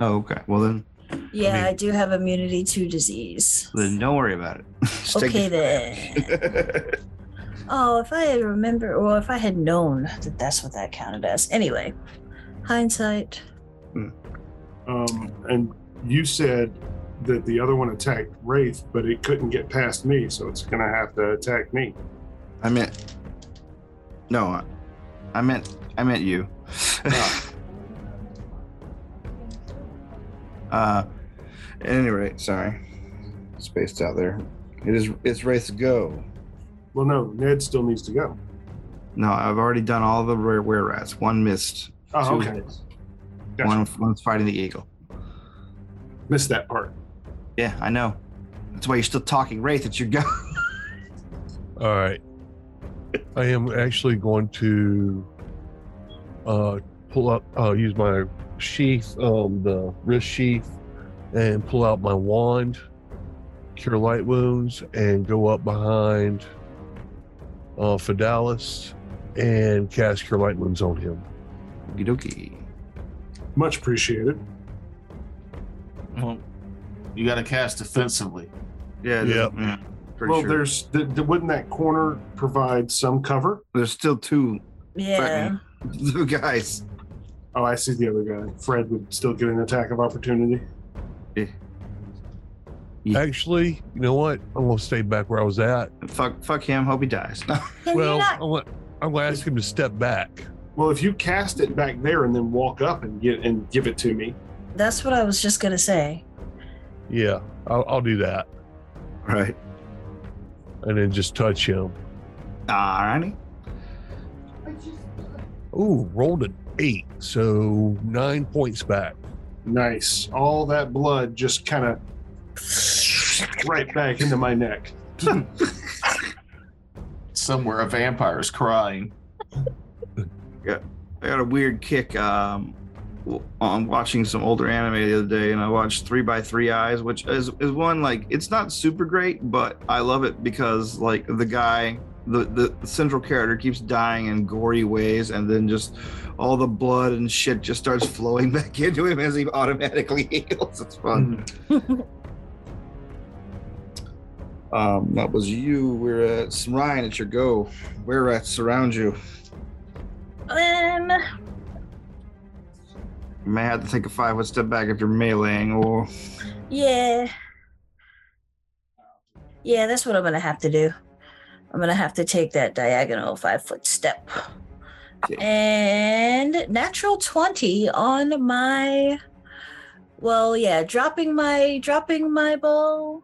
Speaker 6: Oh, okay. Well then,
Speaker 5: yeah, I,
Speaker 6: mean-
Speaker 5: do have immunity to disease.
Speaker 6: then don't worry about it. Just take
Speaker 5: Okay
Speaker 6: the-
Speaker 5: then. Oh, if I had remembered, or if I had known that that's what that counted as. Anyway, hindsight.
Speaker 3: Um, and you said that the other one attacked Wraith, but it couldn't get past me, so it's gonna have to attack me.
Speaker 6: I meant no. I- I meant I meant you. uh, at any rate, sorry, spaced out there. It is it's race go.
Speaker 3: Well, no, Ned still needs to go.
Speaker 6: No, I've already done all the rare were rats. One missed.
Speaker 3: Oh,
Speaker 6: two
Speaker 3: okay.
Speaker 6: hits.
Speaker 3: Gotcha.
Speaker 6: One one's fighting the eagle.
Speaker 3: Missed that part.
Speaker 6: Yeah, I know. That's why you're still talking, Wraith. It's your go.
Speaker 2: All right. I am actually going to uh, pull up, uh, use my sheath, um, the wrist sheath, and pull out my wand, cure light wounds, and go up behind uh, Fidalis and cast cure light wounds on him.
Speaker 6: Okie dokie.
Speaker 3: Much appreciated.
Speaker 6: Well,
Speaker 1: You got to cast defensively.
Speaker 6: yeah, it
Speaker 2: Yep.
Speaker 6: is- yeah. Pretty
Speaker 3: well,
Speaker 6: sure.
Speaker 3: there's th- th- wouldn't that corner provide some cover?
Speaker 6: there's still two
Speaker 5: Yeah.
Speaker 6: two guys.
Speaker 3: Oh, I see the other guy. Fred would still get an attack of opportunity.
Speaker 6: Yeah.
Speaker 2: Actually, you know what? I'm going to stay back where I was at.
Speaker 6: Fuck, fuck him. Hope he dies. No.
Speaker 5: Can
Speaker 2: well,
Speaker 5: you not?
Speaker 2: I'm gonna- I'm going to ask him to step back.
Speaker 3: Well, if you cast it back there and then walk up and get and give it to me,
Speaker 5: That's what I was just gonna say.
Speaker 2: Yeah, I'll, I'll do that.
Speaker 6: Right.
Speaker 2: And then just touch him.
Speaker 6: Alrighty.
Speaker 2: Ooh, rolled an eight, so nine points back.
Speaker 3: nice. All that blood just kind of right back into my neck.
Speaker 1: Somewhere a vampire's crying.
Speaker 6: I got a weird kick um, w- on watching some older anime the other day, and I watched Three by Three Eyes, which is, is one like it's not super great, but I love it because like the guy, the the central character keeps dying in gory ways, and then just all the blood and shit just starts flowing back into him as he automatically heals. It's
Speaker 1: Hmm.
Speaker 6: fun. Um, that was you. We're at Ryan. It's your go. Where rats surround you.
Speaker 5: Um,
Speaker 6: You may have to take a five foot step back if you're meleeing, or
Speaker 5: yeah. Yeah, that's what I'm gonna have to do. I'm gonna have to take that diagonal five foot step.
Speaker 6: Okay.
Speaker 5: And natural 20 on my well, yeah, dropping my dropping my bow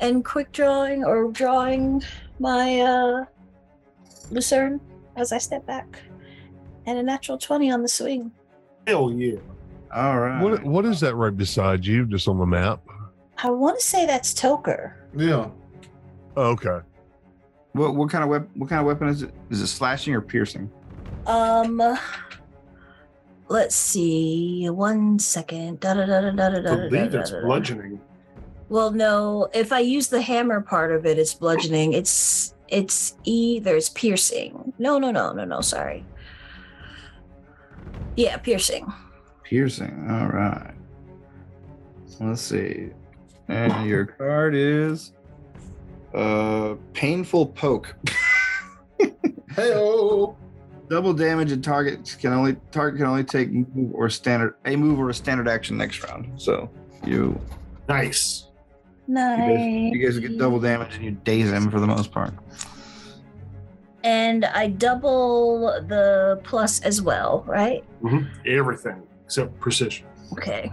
Speaker 5: and quick drawing or drawing my uh lucerne as I step back. And a natural 20 on the swing.
Speaker 3: Hell yeah.
Speaker 6: all right.
Speaker 2: What what is that right beside you, just on the map?
Speaker 5: I want to say that's Toker.
Speaker 1: Yeah.
Speaker 2: Okay.
Speaker 6: What what kind of weapon? What kind of weapon is it? Is it slashing or piercing?
Speaker 5: Um, let's see. One second. Da, da, da, da, da, da,
Speaker 3: I
Speaker 5: da, da,
Speaker 3: believe
Speaker 5: da,
Speaker 3: it's
Speaker 5: da, da.
Speaker 3: bludgeoning.
Speaker 5: Well, no. If I use the hammer part of it, it's bludgeoning. It's it's either it's piercing. No, no, no, no, no. Sorry. Yeah, piercing.
Speaker 6: Piercing. All right. Let's see. And your card is uh painful poke.
Speaker 1: Hey,
Speaker 6: Double damage and targets can only target can only take move or standard a move or a standard action next round. So you
Speaker 3: Nice.
Speaker 6: you
Speaker 5: Nice.
Speaker 6: guys, you guys get double damage and you daze him for the most part.
Speaker 5: And I double the plus as well, right?
Speaker 3: Mhm. Everything except precision.
Speaker 5: Okay.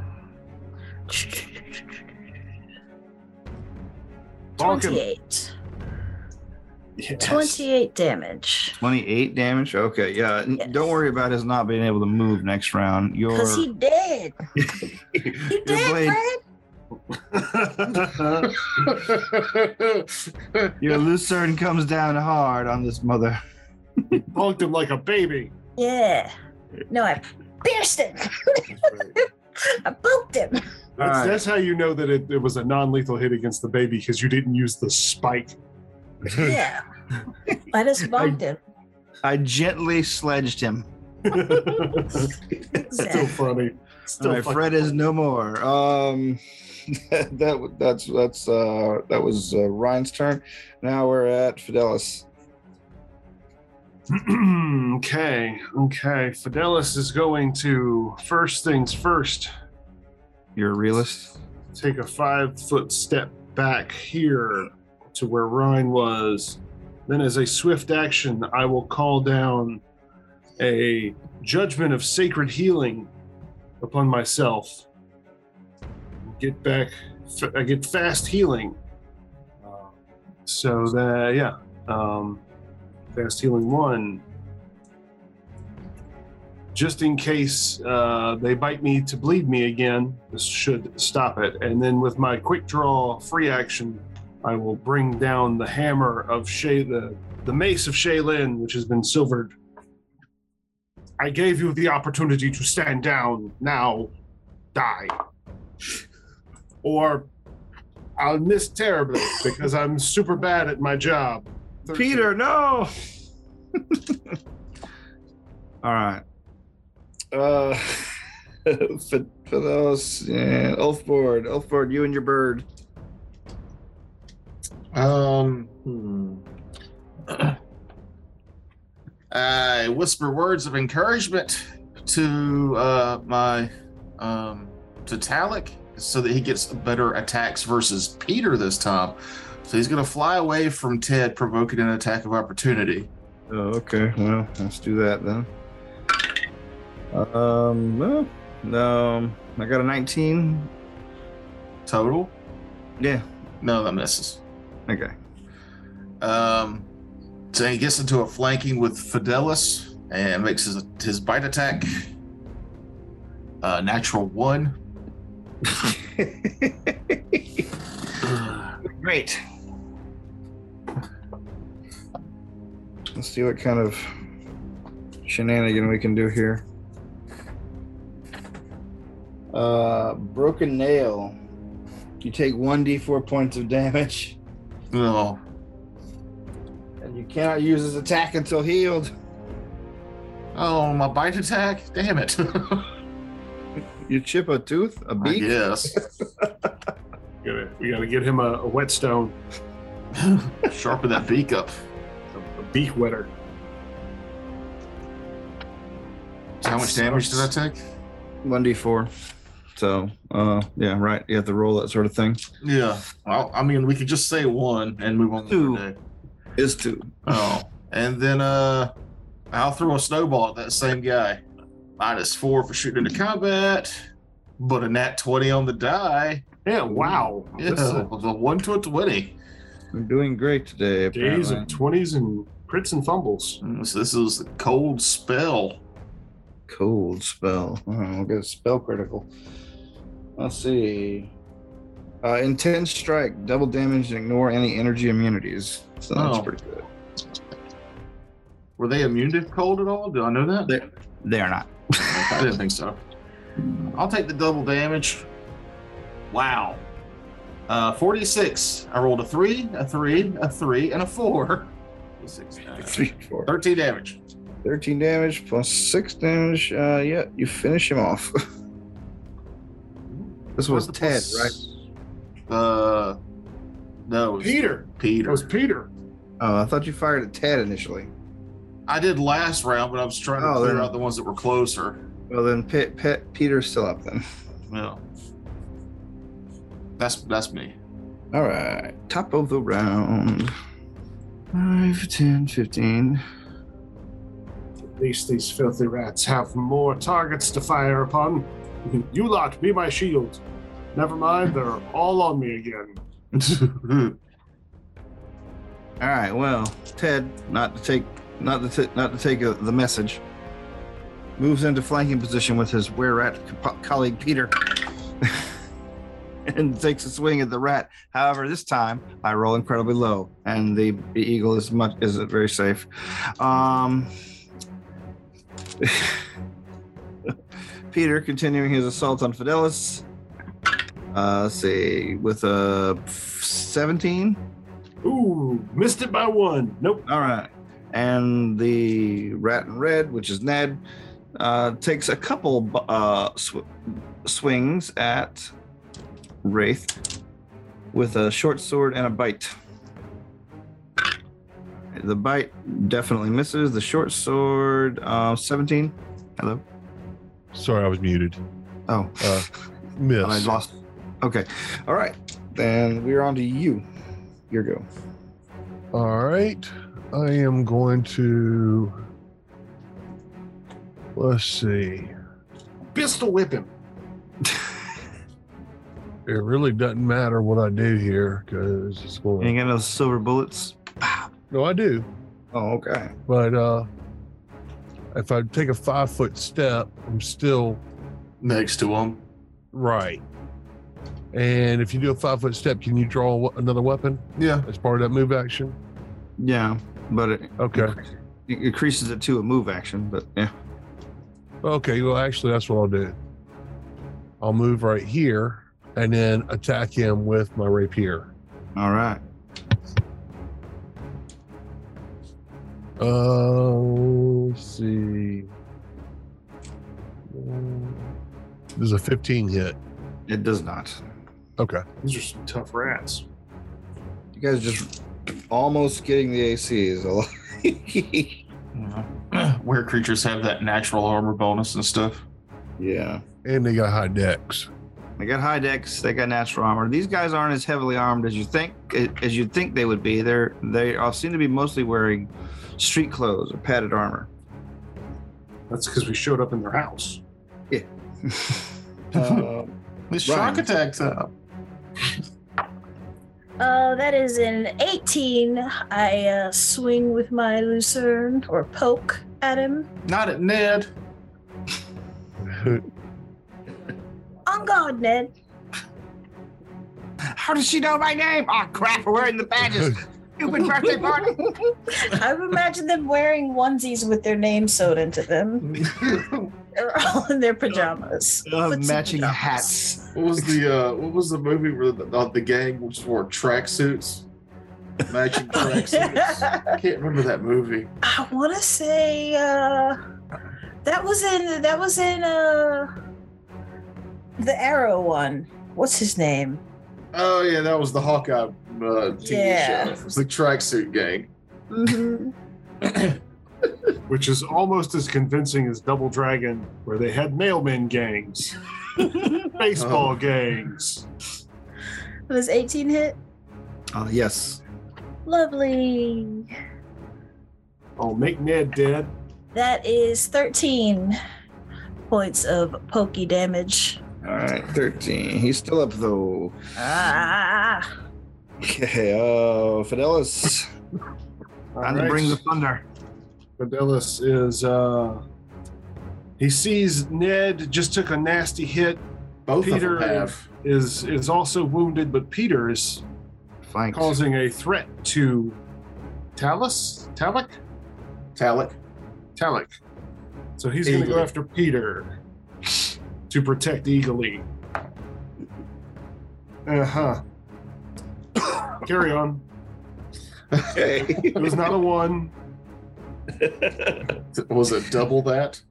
Speaker 3: Bonk him.
Speaker 5: Twenty-eight.
Speaker 3: Yes.
Speaker 5: 28 damage.
Speaker 6: 28 damage. Okay, yeah. n-
Speaker 5: Yes.
Speaker 6: Don't worry about his not being able to move next round. Your,
Speaker 5: Because he dead. He
Speaker 6: your
Speaker 5: dead,
Speaker 6: blade,
Speaker 5: Fred.
Speaker 6: your lucerne comes down hard on this mother.
Speaker 3: Bonked him like a baby.
Speaker 5: Yeah. No, I pierced him. I poked him.
Speaker 3: That's,
Speaker 6: Alright.
Speaker 3: that's how you know that it, it was a non-lethal hit against the baby because you didn't use the spike.
Speaker 5: Yeah. I just bonked him.
Speaker 6: I gently sledged him.
Speaker 3: Still funny. Still
Speaker 6: All right,
Speaker 3: fucking
Speaker 6: Fred is
Speaker 3: funny.
Speaker 6: no more. Um, that, that that's that's uh that was uh, Ryan's turn. Now we're at Fidelis.
Speaker 3: okay, okay. Fidelis is going to first things first.
Speaker 6: You're a realist.
Speaker 3: Take a five foot step back here to where Ryan was. Then, as a swift action, I will call down a judgment of sacred healing upon myself. Get back. f- I get fast healing. Uh, So that yeah, um, fast healing one. just in case uh, they bite me to bleed me again. This should stop it. And then with my quick draw free action, I will bring down the hammer of Shay, the, the mace of Shaylin, which has been silvered. I gave you the opportunity to stand down. Now, die. Or I'll miss terribly because I'm super bad at my job.
Speaker 6: Peter, no. All right. Uh, Fid- Fidelis, yeah, Elfboard, Elfboard, you and your bird.
Speaker 1: Um. hmm. I whisper words of encouragement to uh, my um, to Talik so that he gets better attacks versus Peter this time. So he's going to fly away from Ted, provoking an attack of opportunity.
Speaker 6: Oh, okay. Well, let's do that then. Um, well, no, I got a 19.
Speaker 1: Total?
Speaker 6: Yeah.
Speaker 1: No, that misses.
Speaker 6: Okay.
Speaker 1: Um, so he gets into a flanking with Fidelis and makes his, his bite attack. Uh, natural one.
Speaker 6: Great. Let's see what kind of shenanigan we can do here. Uh, broken nail. You take 1d4 points of damage,
Speaker 1: No.
Speaker 6: and you cannot use his attack until healed.
Speaker 1: Oh, my bite attack? Damn it.
Speaker 6: You chip a tooth, a
Speaker 1: I
Speaker 6: beak.
Speaker 1: guess.
Speaker 3: We gotta, we gotta get him a, a whetstone,
Speaker 1: Sharpen that beak up.
Speaker 3: a, a beak wetter.
Speaker 1: So how much damage did I take?
Speaker 6: 1d4. So, uh, yeah, right. You have to roll that sort of thing.
Speaker 1: Yeah. Well, I mean, we could just say one and move on. with
Speaker 6: Two.
Speaker 1: our day.
Speaker 6: Is two.
Speaker 1: Oh. And then uh, I'll throw a snowball at that same guy. Minus four for shooting into combat, but a nat 20 on the die.
Speaker 3: Yeah, wow.
Speaker 1: Yeah,
Speaker 3: This is
Speaker 1: it was a one to a 20.
Speaker 6: We're doing great today.
Speaker 3: days
Speaker 6: apparently.
Speaker 3: and twenties and crits and fumbles.
Speaker 1: Mm, So this is the cold spell.
Speaker 6: Cold spell. Oh, we'll get a spell critical. Let's see. Uh, intense strike, double damage, and ignore any energy immunities. So that's
Speaker 1: Oh.
Speaker 6: pretty good.
Speaker 1: Were they immune to cold at all? Do I know that?
Speaker 6: They are not.
Speaker 1: I didn't think so. I'll take the double damage. Wow. Uh, 46. I rolled a 3, a 3, a 3, and a 4. Six, nine,
Speaker 6: Three, four.
Speaker 1: 13 damage.
Speaker 6: 13 damage plus 6 damage. Uh, yeah, you finish him off. this was
Speaker 1: What's the
Speaker 6: Ted, right?
Speaker 1: plus- Uh, no, it was
Speaker 3: Peter. It
Speaker 1: Peter.
Speaker 3: was Peter.
Speaker 6: Oh, I thought you fired at Ted initially.
Speaker 1: I did last round, but I was trying to
Speaker 6: Oh,
Speaker 1: clear
Speaker 6: then-
Speaker 1: out the ones that were closer.
Speaker 6: Well, then Pit, Pit, Peter's still up then.
Speaker 1: Yeah. That's that's me.
Speaker 6: All right. Top of the round. 5, 10, 15.
Speaker 3: At least these filthy rats have more targets to fire upon. You lot be my shield. Mm-hmm. Never mind, they're all on me again.
Speaker 6: All right. Well, Ted, not to take, not to t- not to take uh the message, moves into flanking position with his were rat co- colleague Peter, and takes a swing at the rat. However, this time I roll incredibly low, and the, the eagle is much isn't very safe. Um, Peter continuing his assault on Fidelis. Uh, let's see, with a seventeen.
Speaker 3: Ooh, missed it by one. Nope.
Speaker 6: All right. And the rat in red, which is Ned, uh, takes a couple bu- uh, sw- swings at Wraith with a short sword and a bite. The bite definitely misses. The short sword, uh, 17. Hello.
Speaker 2: Sorry, I was muted.
Speaker 6: Oh,
Speaker 2: Uh,
Speaker 6: and I
Speaker 2: Miss.
Speaker 6: lost. Okay. All right. Then we're on to you. Your go.
Speaker 2: All right. I am going to. Let's see.
Speaker 3: Pistol whip him.
Speaker 2: It really doesn't matter what I do here because it's
Speaker 6: You ain't
Speaker 2: going.
Speaker 6: got no silver bullets?
Speaker 2: No, I do.
Speaker 6: Oh, okay.
Speaker 2: But uh, if I take a five foot step, I'm still
Speaker 1: next to him.
Speaker 2: right. And if you do a five foot step, can you draw a we- another weapon
Speaker 1: Yeah.
Speaker 2: as part of that move action?
Speaker 6: Yeah, but it,
Speaker 2: Okay.
Speaker 6: It increases it to a move action, but yeah.
Speaker 2: Okay, well, actually, that's what I'll do. I'll move right here and then attack him with my rapier.
Speaker 6: All right.
Speaker 2: Uh, let's see. Mm, There's a 15 hit.
Speaker 6: It does not.
Speaker 2: Okay.
Speaker 3: These are some tough rats.
Speaker 6: You guys just almost getting the AC is a lot.
Speaker 1: Where creatures have that natural armor bonus and stuff.
Speaker 6: yeah.
Speaker 2: And they got high decks.
Speaker 6: They got high decks. They got natural armor. These guys aren't as heavily armed as you think as you would think they would be. They're they all seem to be mostly wearing street clothes or padded armor.
Speaker 3: That's because we showed up in their house.
Speaker 6: Uh,
Speaker 1: This
Speaker 6: Right.
Speaker 1: shark attack's up.
Speaker 5: Uh, that is an 18. I uh, swing with my lucerne or poke at him.
Speaker 1: Not at Ned.
Speaker 5: On guard, Ned.
Speaker 6: How does she know my name? Oh crap! We're wearing the badges. Stupid birthday party.
Speaker 5: I imagine them wearing onesies with their name sewed into them.
Speaker 1: what
Speaker 5: They're all in their pajamas.
Speaker 6: Uh,
Speaker 5: Footsie
Speaker 6: matching
Speaker 5: pajamas.
Speaker 6: hats.
Speaker 1: was the uh, what was the movie where the, uh, the gang just wore tracksuits? Matching tracksuits. I can't remember that movie.
Speaker 5: I want to say uh, that was in that was in uh, the Arrow one. What's his name?
Speaker 1: Oh yeah, that was the Hawkeye uh, TV
Speaker 5: Yeah.
Speaker 1: show. It was the tracksuit gang.
Speaker 5: Mhm.
Speaker 3: Which is almost as convincing as Double Dragon, where they had mailman gangs, baseball
Speaker 1: Oh.
Speaker 3: gangs.
Speaker 5: was 18 hit?
Speaker 6: Oh yes.
Speaker 5: Lovely.
Speaker 3: Oh, make Ned dead.
Speaker 5: That is 13 points of pokey damage.
Speaker 6: All right, 13. He's still up though.
Speaker 5: Ah.
Speaker 6: Okay, uh, Fidelis.
Speaker 3: All
Speaker 6: Time to
Speaker 3: right.
Speaker 6: bring the thunder.
Speaker 3: Fidelis is uh he sees Ned just took a nasty hit,
Speaker 1: Both
Speaker 3: Peter-
Speaker 1: of them have.
Speaker 3: is is also wounded, but Peter is
Speaker 6: Flank.
Speaker 3: causing a threat to Talus? Talik?
Speaker 1: Talik.
Speaker 3: Talik. So he's gonna go
Speaker 1: Eagle.
Speaker 3: after Peter to protect eagerly. Uh-huh. Carry on.
Speaker 6: Okay.
Speaker 3: It was not a one.
Speaker 1: Was it double that?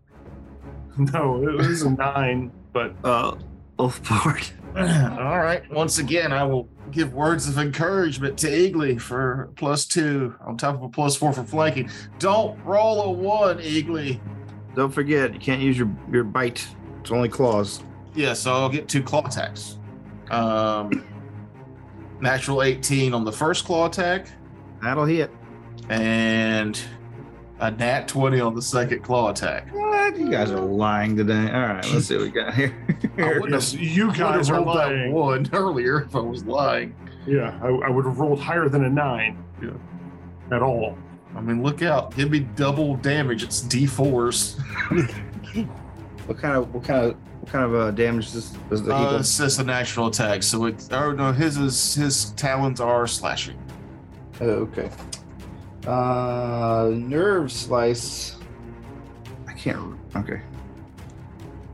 Speaker 3: No, it was a nine, but
Speaker 6: uh, Ulfborg.
Speaker 1: All right. Once again, I will give words of encouragement to Eagly for plus two on top of a plus four for flanking. Don't roll a one, Eagly.
Speaker 6: Don't forget, you can't use your, your bite. It's only claws.
Speaker 1: Yeah, so I'll get two claw attacks. Um, natural 18 on the first claw attack
Speaker 6: That'll hit.
Speaker 1: and a nat 20 on the second claw attack.
Speaker 6: What? You guys are lying today. All right, let's see what we got here.
Speaker 1: I
Speaker 6: Oh,
Speaker 1: wouldn't have,
Speaker 3: yes, you
Speaker 1: would
Speaker 3: guys
Speaker 1: have
Speaker 3: are
Speaker 1: rolled that
Speaker 3: lying.
Speaker 1: one earlier if I was lying.
Speaker 3: Yeah, I, I would have rolled higher than a nine. at all.
Speaker 1: I mean, look out. Give me double damage. It's D4s.
Speaker 6: What kind of what kind of what kind of uh, damage does, does the
Speaker 1: Uh,
Speaker 6: eagle?
Speaker 1: it's just a natural attack. So it's, oh no, his is, his talons are slashing.
Speaker 6: Oh, okay. Uh, nerve slice. I can't. Okay.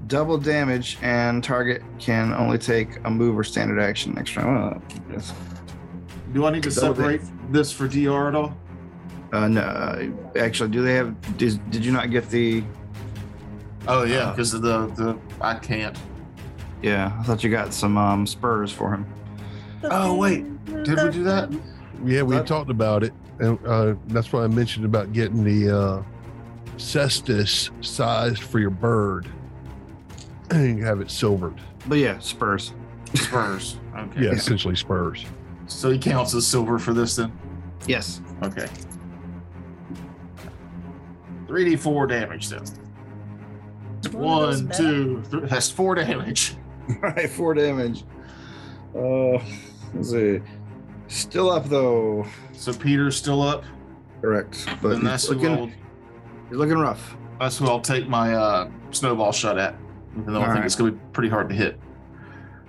Speaker 6: Double damage, and target can only take a move or standard action next round. Uh, yes.
Speaker 1: Do I need to
Speaker 6: Double
Speaker 1: separate this for DR at all?
Speaker 6: Uh, no, uh, actually, do they have? Did, did you not get the?
Speaker 1: Oh, yeah,
Speaker 6: Uh,
Speaker 1: because of the, the, I can't.
Speaker 6: Yeah, I thought you got some um, spurs for him.
Speaker 1: Oh, wait. Did we do that?
Speaker 2: Yeah, we
Speaker 1: That-
Speaker 2: talked about it, and uh, that's why I mentioned about getting the uh, cestus sized for your bird, and you have it silvered.
Speaker 6: But yeah, spurs.
Speaker 1: Spurs. Okay.
Speaker 2: Yeah, essentially spurs.
Speaker 1: So he counts as silver for this then?
Speaker 6: Yes.
Speaker 1: Okay. 3d4 damage then.
Speaker 5: One of those
Speaker 1: One,
Speaker 5: better.
Speaker 1: two, three. That's four damage.
Speaker 6: All right, four damage. Uh, let's see. Still up though.
Speaker 1: So Peter's still up.
Speaker 6: Correct. But
Speaker 1: Then that's
Speaker 6: he's
Speaker 1: who, I'll,
Speaker 6: looking, you're looking rough.
Speaker 1: that's who I'll take my uh, snowball shot at. Even though I
Speaker 6: All
Speaker 1: think
Speaker 6: right.
Speaker 1: it's going to be pretty hard to hit.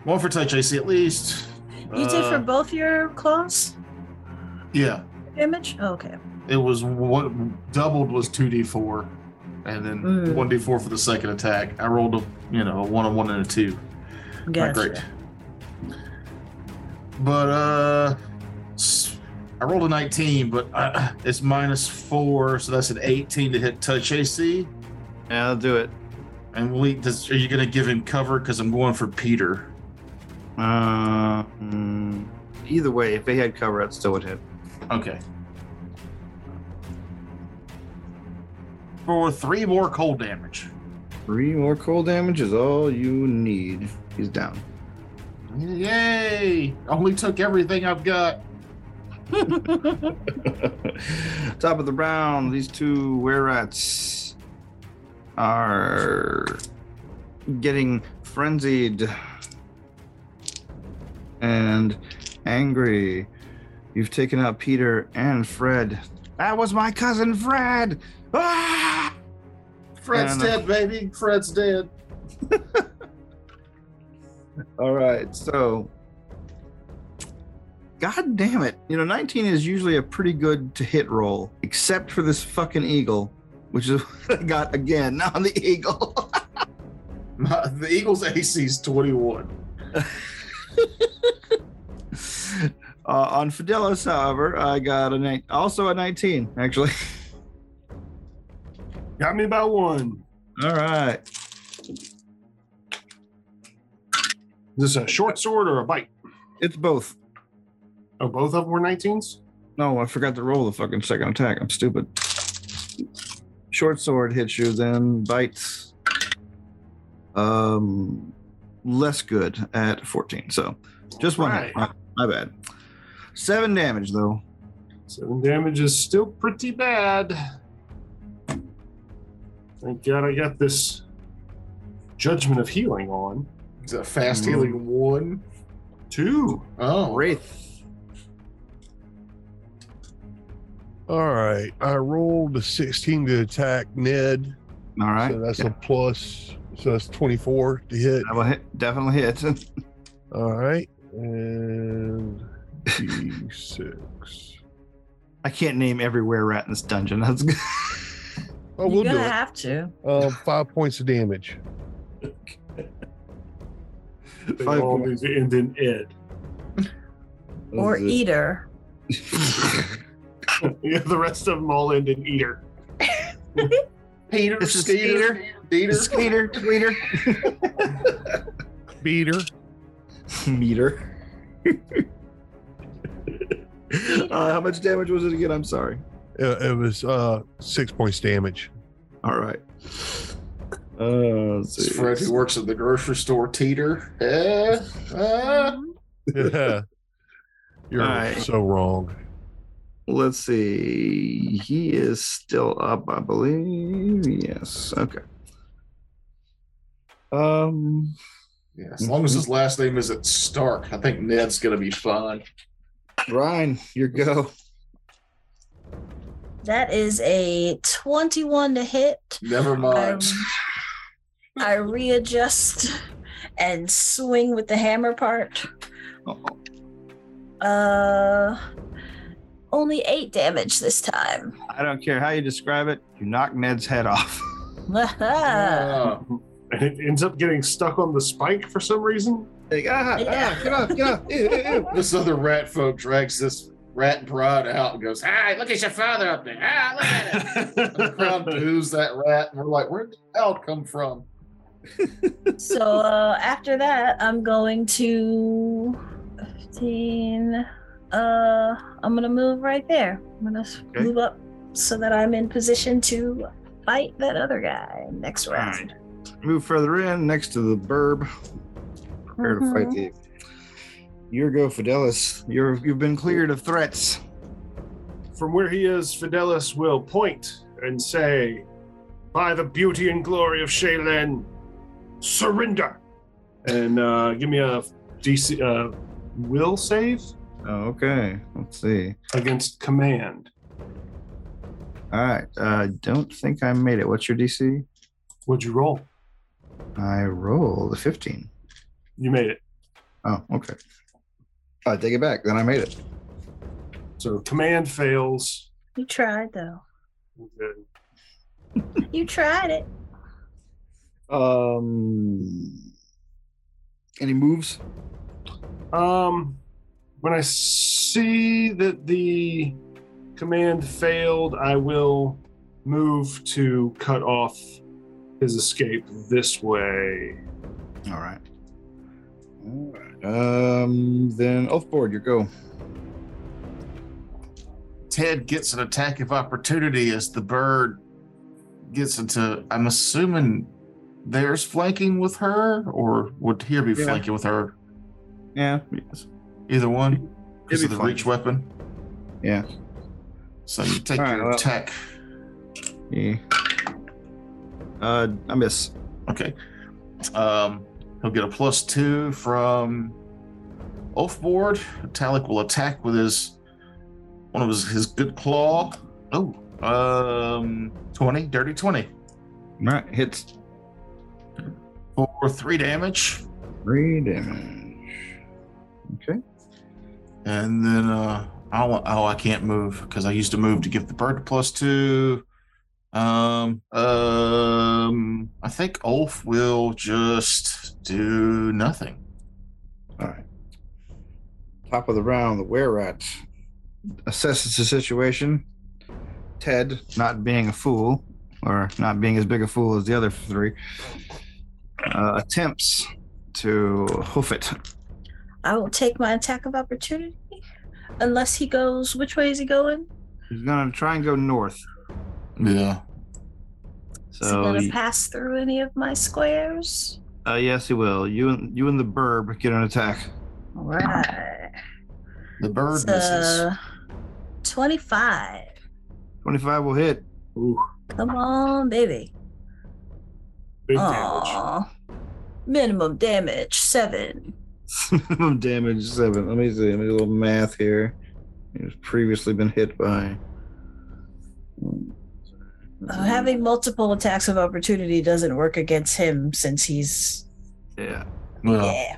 Speaker 1: One for touch AC at least.
Speaker 5: You did for
Speaker 1: Uh,
Speaker 5: both your claws
Speaker 1: Yeah.
Speaker 5: damage? okay.
Speaker 1: It was one doubled was 2d4. And then
Speaker 5: Mm.
Speaker 1: 1d4 for the second attack. I rolled a, you know, a one, a one, and a two.
Speaker 5: Gotcha.
Speaker 1: Not great. But uh, s- I rolled a 19, but uh, it's minus four, so that's an 18 to hit touch AC.
Speaker 6: Yeah, I'll do it.
Speaker 1: And Lee, does, are you gonna give him cover? Because I'm going for Peter.
Speaker 6: Uh, mm, either way, if they had cover, it still would hit.
Speaker 1: Okay. For three more cold damage.
Speaker 6: Three more cold damage is all you need. He's down.
Speaker 1: Yay! Only took everything I've got.
Speaker 6: Top of the round, these two were rats are getting frenzied and angry. You've taken out Peter and Fred. That was my cousin Fred! Ah!
Speaker 1: Fred's
Speaker 6: And, uh,
Speaker 1: dead, baby. Fred's dead.
Speaker 6: All right, so God damn it. You know, 19 is usually a pretty good to hit roll, except for this fucking eagle, which is what I got again on the eagle.
Speaker 1: My, the Eagles' AC is 21.
Speaker 6: uh, on Fidelos, however, I got a nine, also a 19, actually.
Speaker 3: Got me by one.
Speaker 6: All right.
Speaker 3: Is this a short sword or a bite?
Speaker 6: It's both.
Speaker 3: Oh, both of them were 19s?
Speaker 6: No, I forgot to roll the fucking second attack. I'm stupid. Short sword hits you, then bites. Um, less good at 14. So, just one. hit. My, my bad. Seven damage though.
Speaker 3: Seven damage is still pretty bad. Thank God I got this Judgment of Healing on.
Speaker 1: Is that fast healing one?
Speaker 3: Two.
Speaker 1: Oh,
Speaker 6: Wraith.
Speaker 2: All right, I rolled a 16 to attack Ned,
Speaker 6: All right.
Speaker 2: so that's
Speaker 6: Yeah,
Speaker 2: a plus. So that's 24 to hit.
Speaker 6: that will hit. Definitely hit.
Speaker 2: All right, and D6.
Speaker 6: I can't name every were rat in this dungeon. That's good.
Speaker 2: Oh, we'll
Speaker 5: You're
Speaker 2: do
Speaker 5: gonna
Speaker 2: it.
Speaker 5: have to.
Speaker 2: Uh, five points of damage.
Speaker 3: They
Speaker 6: Five
Speaker 3: all
Speaker 6: points.
Speaker 3: need to end in ed.
Speaker 5: Or eater.
Speaker 3: Yeah, the rest of them all end in eater.
Speaker 1: Peter,
Speaker 6: This is
Speaker 1: Skeeter, Peter,
Speaker 6: Skeeter, Skeeter,
Speaker 2: Beater.
Speaker 6: meter. uh, how much damage was it again? I'm sorry.
Speaker 2: Uh, it was uh, six points damage.
Speaker 6: All right. Uh, let's
Speaker 1: It's
Speaker 6: see.
Speaker 1: Fred who works at the grocery store, Teeter. Eh, eh.
Speaker 2: Yeah. You're
Speaker 6: All right.
Speaker 2: so wrong.
Speaker 6: Let's see. He is still up, I believe. Yes. Okay. Um.
Speaker 1: Yeah, as long as his last name isn't Stark, I think Ned's gonna be fine.
Speaker 6: Ryan, your go.
Speaker 5: That is a 21 to hit. Um,
Speaker 1: Never mind.
Speaker 5: I readjust and swing with the hammer part.
Speaker 6: Oh,
Speaker 5: Uh, only eight damage this time.
Speaker 6: I don't care how you describe it. You knock Ned's head off.
Speaker 1: Uh,
Speaker 3: and it ends up getting stuck on the spike for some reason.
Speaker 6: like, ah,
Speaker 5: Yeah.
Speaker 6: ah, get off, get off. Ew, ew, ew.
Speaker 1: this other rat folk drags this rat bride out and goes, "Hey, look at your father up there! Ah, look at it!" the crowd boos that rat, and we're like, "Where did the hell come from?"
Speaker 5: so uh, after that, I'm going to 15. Uh, I'm gonna move right there. I'm gonna s
Speaker 6: Okay.
Speaker 5: move up so that I'm in position to fight that other guy next round.
Speaker 6: Move further in next to the burb. Prepare to
Speaker 5: Mm-hmm.
Speaker 6: fight the. Your go, Fidelis. You're, you've been cleared of threats.
Speaker 3: From where he is, Fidelis will point and say, By the beauty and glory of Shaylin, surrender! And uh, give me a DC uh, will save
Speaker 6: Oh, okay. Let's see.
Speaker 3: against command,
Speaker 6: All right. I don't think I made it. What's your DC?
Speaker 3: Would you roll?
Speaker 6: I rolled a 15.
Speaker 3: You made it.
Speaker 6: Oh, okay. I take it back. Then I made it.
Speaker 3: So command fails.
Speaker 5: You tried though.
Speaker 3: Okay.
Speaker 5: You tried it.
Speaker 6: Um, any moves?
Speaker 3: Um, when I see that the command failed, I will move to cut off his escape this way.
Speaker 6: All right. All right. Um, then off board, you go.
Speaker 1: Ted gets an attack of opportunity as the bird gets into. I'm assuming there's flanking with her, or would here be
Speaker 6: Yeah.
Speaker 1: flanking with her?
Speaker 6: Yeah. yes.
Speaker 1: Either one, because
Speaker 6: be
Speaker 1: of the
Speaker 6: flanking.
Speaker 1: reach weapon.
Speaker 6: Yeah.
Speaker 1: So you take
Speaker 6: All right,
Speaker 1: your
Speaker 6: well-
Speaker 1: attack.
Speaker 6: Yeah. Uh, I miss.
Speaker 1: Okay. Um, he'll get a plus two from Ulfboard. Talik will attack with his one of his, his good claw. Oh, um, 20, dirty 20
Speaker 6: All right. Hits
Speaker 1: for three damage.
Speaker 6: three damage. Okay.
Speaker 1: And then, uh, I don't, oh, I can't move because I used to move to give the bird a plus two. Um, um, I think Ulf will just do nothing.
Speaker 6: All right. Top of the round, the were rat assesses the situation. Ted, not being a fool, or not being as big a fool as the other three, uh, attempts to hoof it.
Speaker 5: I will take my attack of opportunity. Unless he goes, which way is he going?
Speaker 6: He's gonna try and go north.
Speaker 1: Yeah.
Speaker 5: is he
Speaker 6: So,
Speaker 5: going to pass through any of my squares?
Speaker 6: uh, yes, he will. You and you and the burb get an attack.
Speaker 5: All right.
Speaker 1: The bird misses.
Speaker 5: So, 25.
Speaker 6: Twenty-five will hit.
Speaker 3: Ooh,
Speaker 5: Come on, baby.
Speaker 3: big
Speaker 5: Ah.
Speaker 3: damage.
Speaker 5: Aw. Minimum damage, seven.
Speaker 6: Minimum damage seven. Let me see. Let me do a little math here. He's previously been hit by.
Speaker 5: Uh, having multiple attacks of opportunity doesn't work against him since he's.
Speaker 6: yeah.
Speaker 1: Well,
Speaker 5: Yeah.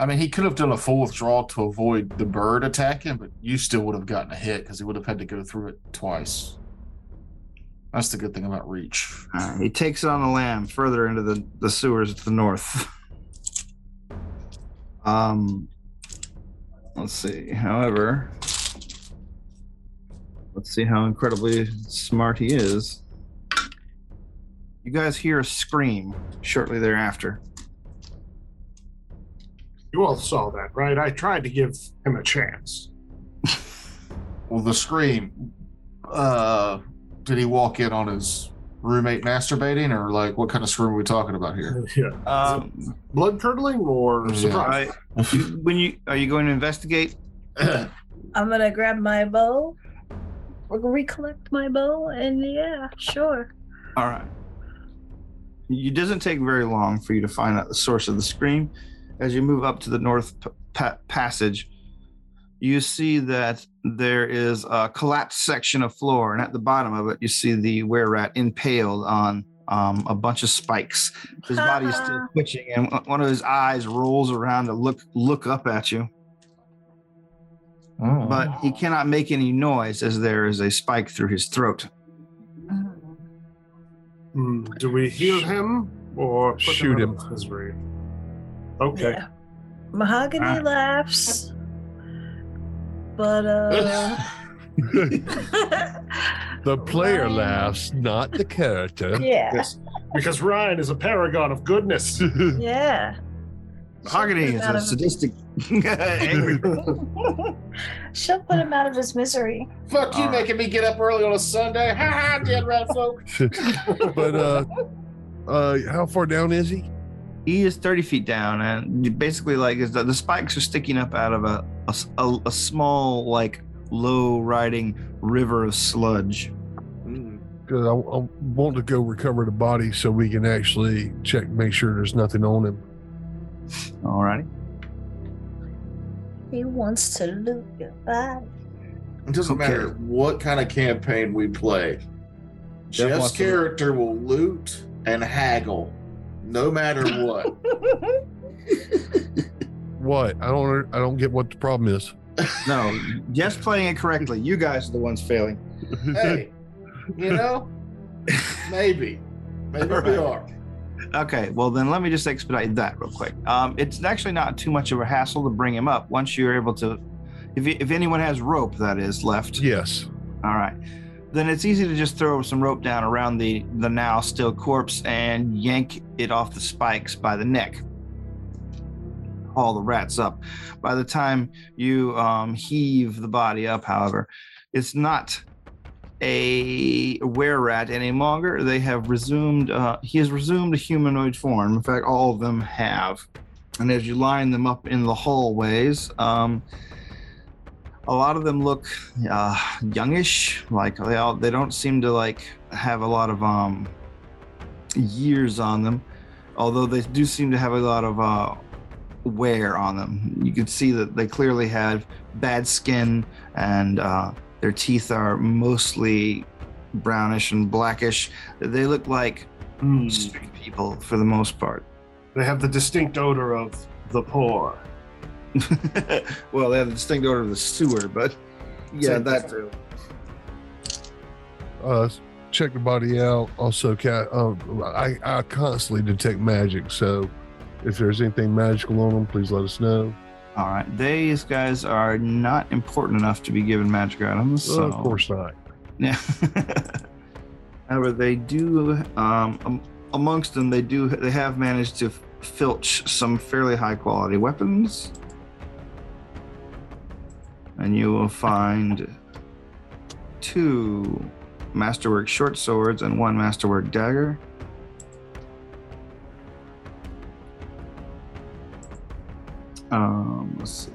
Speaker 1: I mean, he could have done a full withdrawal to avoid the bird attacking, but you still would have gotten a hit because he would have had to go through it twice. That's the good thing about reach.
Speaker 6: Uh, he takes it on the lamb further into the, the sewers to the north. um, let's see. However, let's see how incredibly smart he is. You guys hear a scream shortly thereafter.
Speaker 3: You all saw that, right? I tried to give him a chance.
Speaker 1: Well, the scream. Uh, did he walk in on his roommate masturbating, or like what kind of scream are we talking about here?
Speaker 3: yeah.
Speaker 6: Um,
Speaker 3: Blood curdling or
Speaker 1: Yeah.
Speaker 3: surprise?
Speaker 6: I, you- when you are you going to investigate? Mm-hmm.
Speaker 5: I'm going to grab my bow, recollect my bow, and yeah, sure.
Speaker 6: All right. It doesn't take very long for you to find out the source of the scream. As you move up to the north p- pa- passage, you see that there is a collapsed section of floor, and at the bottom of it, you see the were rat impaled on um, a bunch of spikes. His body's still twitching, and one- one of his eyes rolls around to look look up at you,
Speaker 7: Mm.
Speaker 6: but he cannot make any noise as there is a spike through his throat.
Speaker 3: Hmm, do we heal him or put
Speaker 2: Shoot
Speaker 3: out
Speaker 2: him.
Speaker 3: of misery? Okay.
Speaker 5: Yeah. Mahogany
Speaker 6: Ah.
Speaker 5: laughs. But uh
Speaker 2: the player
Speaker 5: Ryan.
Speaker 2: laughs, not the character.
Speaker 5: Yeah.
Speaker 3: Yes. Because Ryan is a paragon of goodness.
Speaker 5: Yeah.
Speaker 6: Mahogany
Speaker 5: She'll put
Speaker 6: is
Speaker 5: him out
Speaker 6: a
Speaker 5: of-
Speaker 6: sadistic, angry.
Speaker 5: She'll put him out of his misery.
Speaker 1: Fuck you,
Speaker 6: All right.
Speaker 1: making me get up early on a Sunday. Ha ha, dead rat folk.
Speaker 2: but uh, uh, how far down is he?
Speaker 6: he is 30 feet down and basically like is the, the spikes are sticking up out of a, a s- a- a small like low riding river of sludge
Speaker 2: Because I, I want to go recover the body so we can actually check, make sure there's nothing on him.
Speaker 6: alrighty
Speaker 5: He wants to loot your body.
Speaker 1: It doesn't
Speaker 6: Okay.
Speaker 1: matter what kind of campaign we play.
Speaker 6: wants
Speaker 1: Jeff's
Speaker 6: to-
Speaker 1: character will loot and haggle, no matter what.
Speaker 2: What? I don't. I don't get what the problem is.
Speaker 6: no just playing it correctly you guys are the ones failing
Speaker 1: hey, you know, maybe, maybe we are.
Speaker 6: okay well then let me just expedite that real quick um, it's actually not too much of a hassle to bring him up once you're able to if, you- if anyone has rope that is left
Speaker 2: yes.
Speaker 6: All right. Then it's easy to just throw some rope down around the the now still corpse and yank it off the spikes by the neck. Haul the rats up. By the time you um, heave the body up, however, it's not a were rat any longer. They have resumed. Uh, he has resumed a humanoid form. In fact, all of them have. And as you line them up in the hallways, um, a lot of them look uh, youngish. Like they all they don't seem to like have a lot of um years on them, although they do seem to have a lot of uh wear on them. You can see that they clearly have bad skin and uh, their teeth are mostly brownish and blackish. They look like
Speaker 3: Hmm,
Speaker 6: street people for the most part.
Speaker 3: They have the distinct odor of the poor.
Speaker 6: well, they have the distinct odor of the sewer, but yeah,
Speaker 3: Same
Speaker 6: that
Speaker 3: thing.
Speaker 2: uh check the body out also ca uh, i i constantly detect magic so if there's anything magical on them please let us know
Speaker 6: All right, these guys are not important enough to be given magic items.
Speaker 2: Uh,
Speaker 6: So.
Speaker 2: of course not
Speaker 6: Yeah. However, they do um, um, amongst them. They do. They have managed to filch some fairly high quality weapons, and you will find two masterwork short swords and one masterwork dagger. Um, let's see.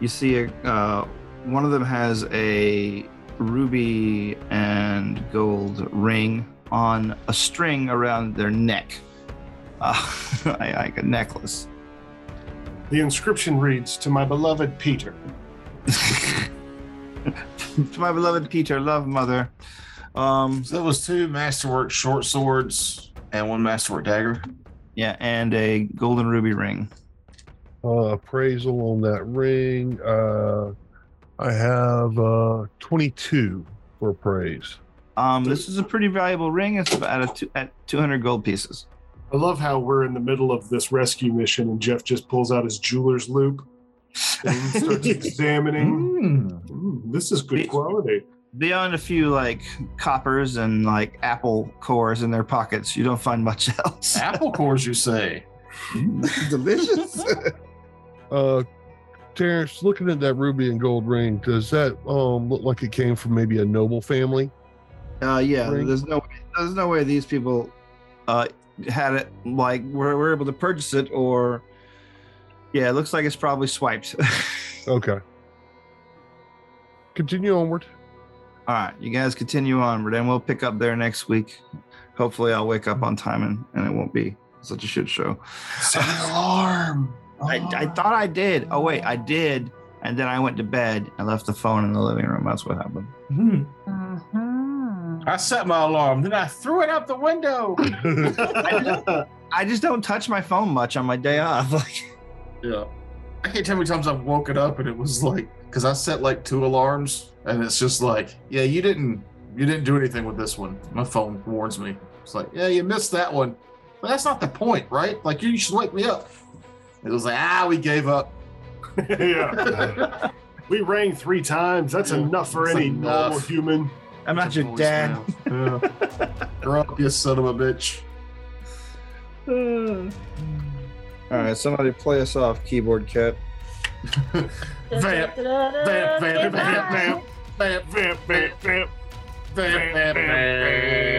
Speaker 6: You see a uh, one of them has a ruby and gold ring on a string around their neck, uh, like a necklace.
Speaker 3: The inscription reads, "To my beloved Peter."
Speaker 6: to my beloved Peter, love mother. Um,
Speaker 1: So that was two masterwork short swords and one masterwork dagger.
Speaker 6: yeah, and a golden ruby ring.
Speaker 2: uh appraisal on that ring uh i have uh 22 for praise
Speaker 6: Um, this is a pretty valuable ring. It's about a two, at 200 gold pieces.
Speaker 3: I love how we're in the middle of this rescue mission, and Jeff just pulls out his jeweler's loop and starts examining.
Speaker 7: Mm.
Speaker 3: Hmm, this is good
Speaker 6: Be-
Speaker 3: quality.
Speaker 6: Beyond a few like coppers and like apple cores in their pockets, you don't find much else.
Speaker 1: Apple cores, you say?
Speaker 6: delicious.
Speaker 2: uh terrence looking at that ruby and gold ring does that um look like it came from maybe a noble family
Speaker 6: Uh, yeah,
Speaker 2: Ring.
Speaker 6: there's no, there's no way these people, uh, had it like were, were able to purchase it or, yeah, it looks like it's probably swiped.
Speaker 2: okay continue onward
Speaker 6: All right, you guys continue onward, and we'll pick up there next week. Hopefully, I'll wake up on time and, and it won't be such a shit show.
Speaker 1: Set an alarm. Ah.
Speaker 6: I, I thought I did. Oh wait, I did. And then I went to bed. I left the phone in the living room. That's what happened.
Speaker 1: Hmm.
Speaker 5: Mm-hmm.
Speaker 1: I set my alarm, then I threw it out the window.
Speaker 6: I just don't touch my phone much on my day off. Like
Speaker 1: Yeah. I can't tell how many times I've woken up and it was like, because I set like two alarms, and it's just like, yeah, you didn't, you didn't do anything with this one. My phone warns me. It's like, yeah, you missed that one, but that's not the point, right? Like you should wake me up. It was like, ah, we gave up.
Speaker 3: yeah. We rang three times. That's enough for
Speaker 1: That's
Speaker 3: any
Speaker 1: enough.
Speaker 3: normal human.
Speaker 6: I'm not your
Speaker 1: Voicemail.
Speaker 6: dad.
Speaker 1: Yeah. You're up, you son of a bitch.
Speaker 5: Hmm.
Speaker 6: All right, somebody play us off, keyboard cat.
Speaker 1: Vamp, vamp, vamp, vamp, vamp, vamp, vamp, vamp, vamp, vamp, vamp.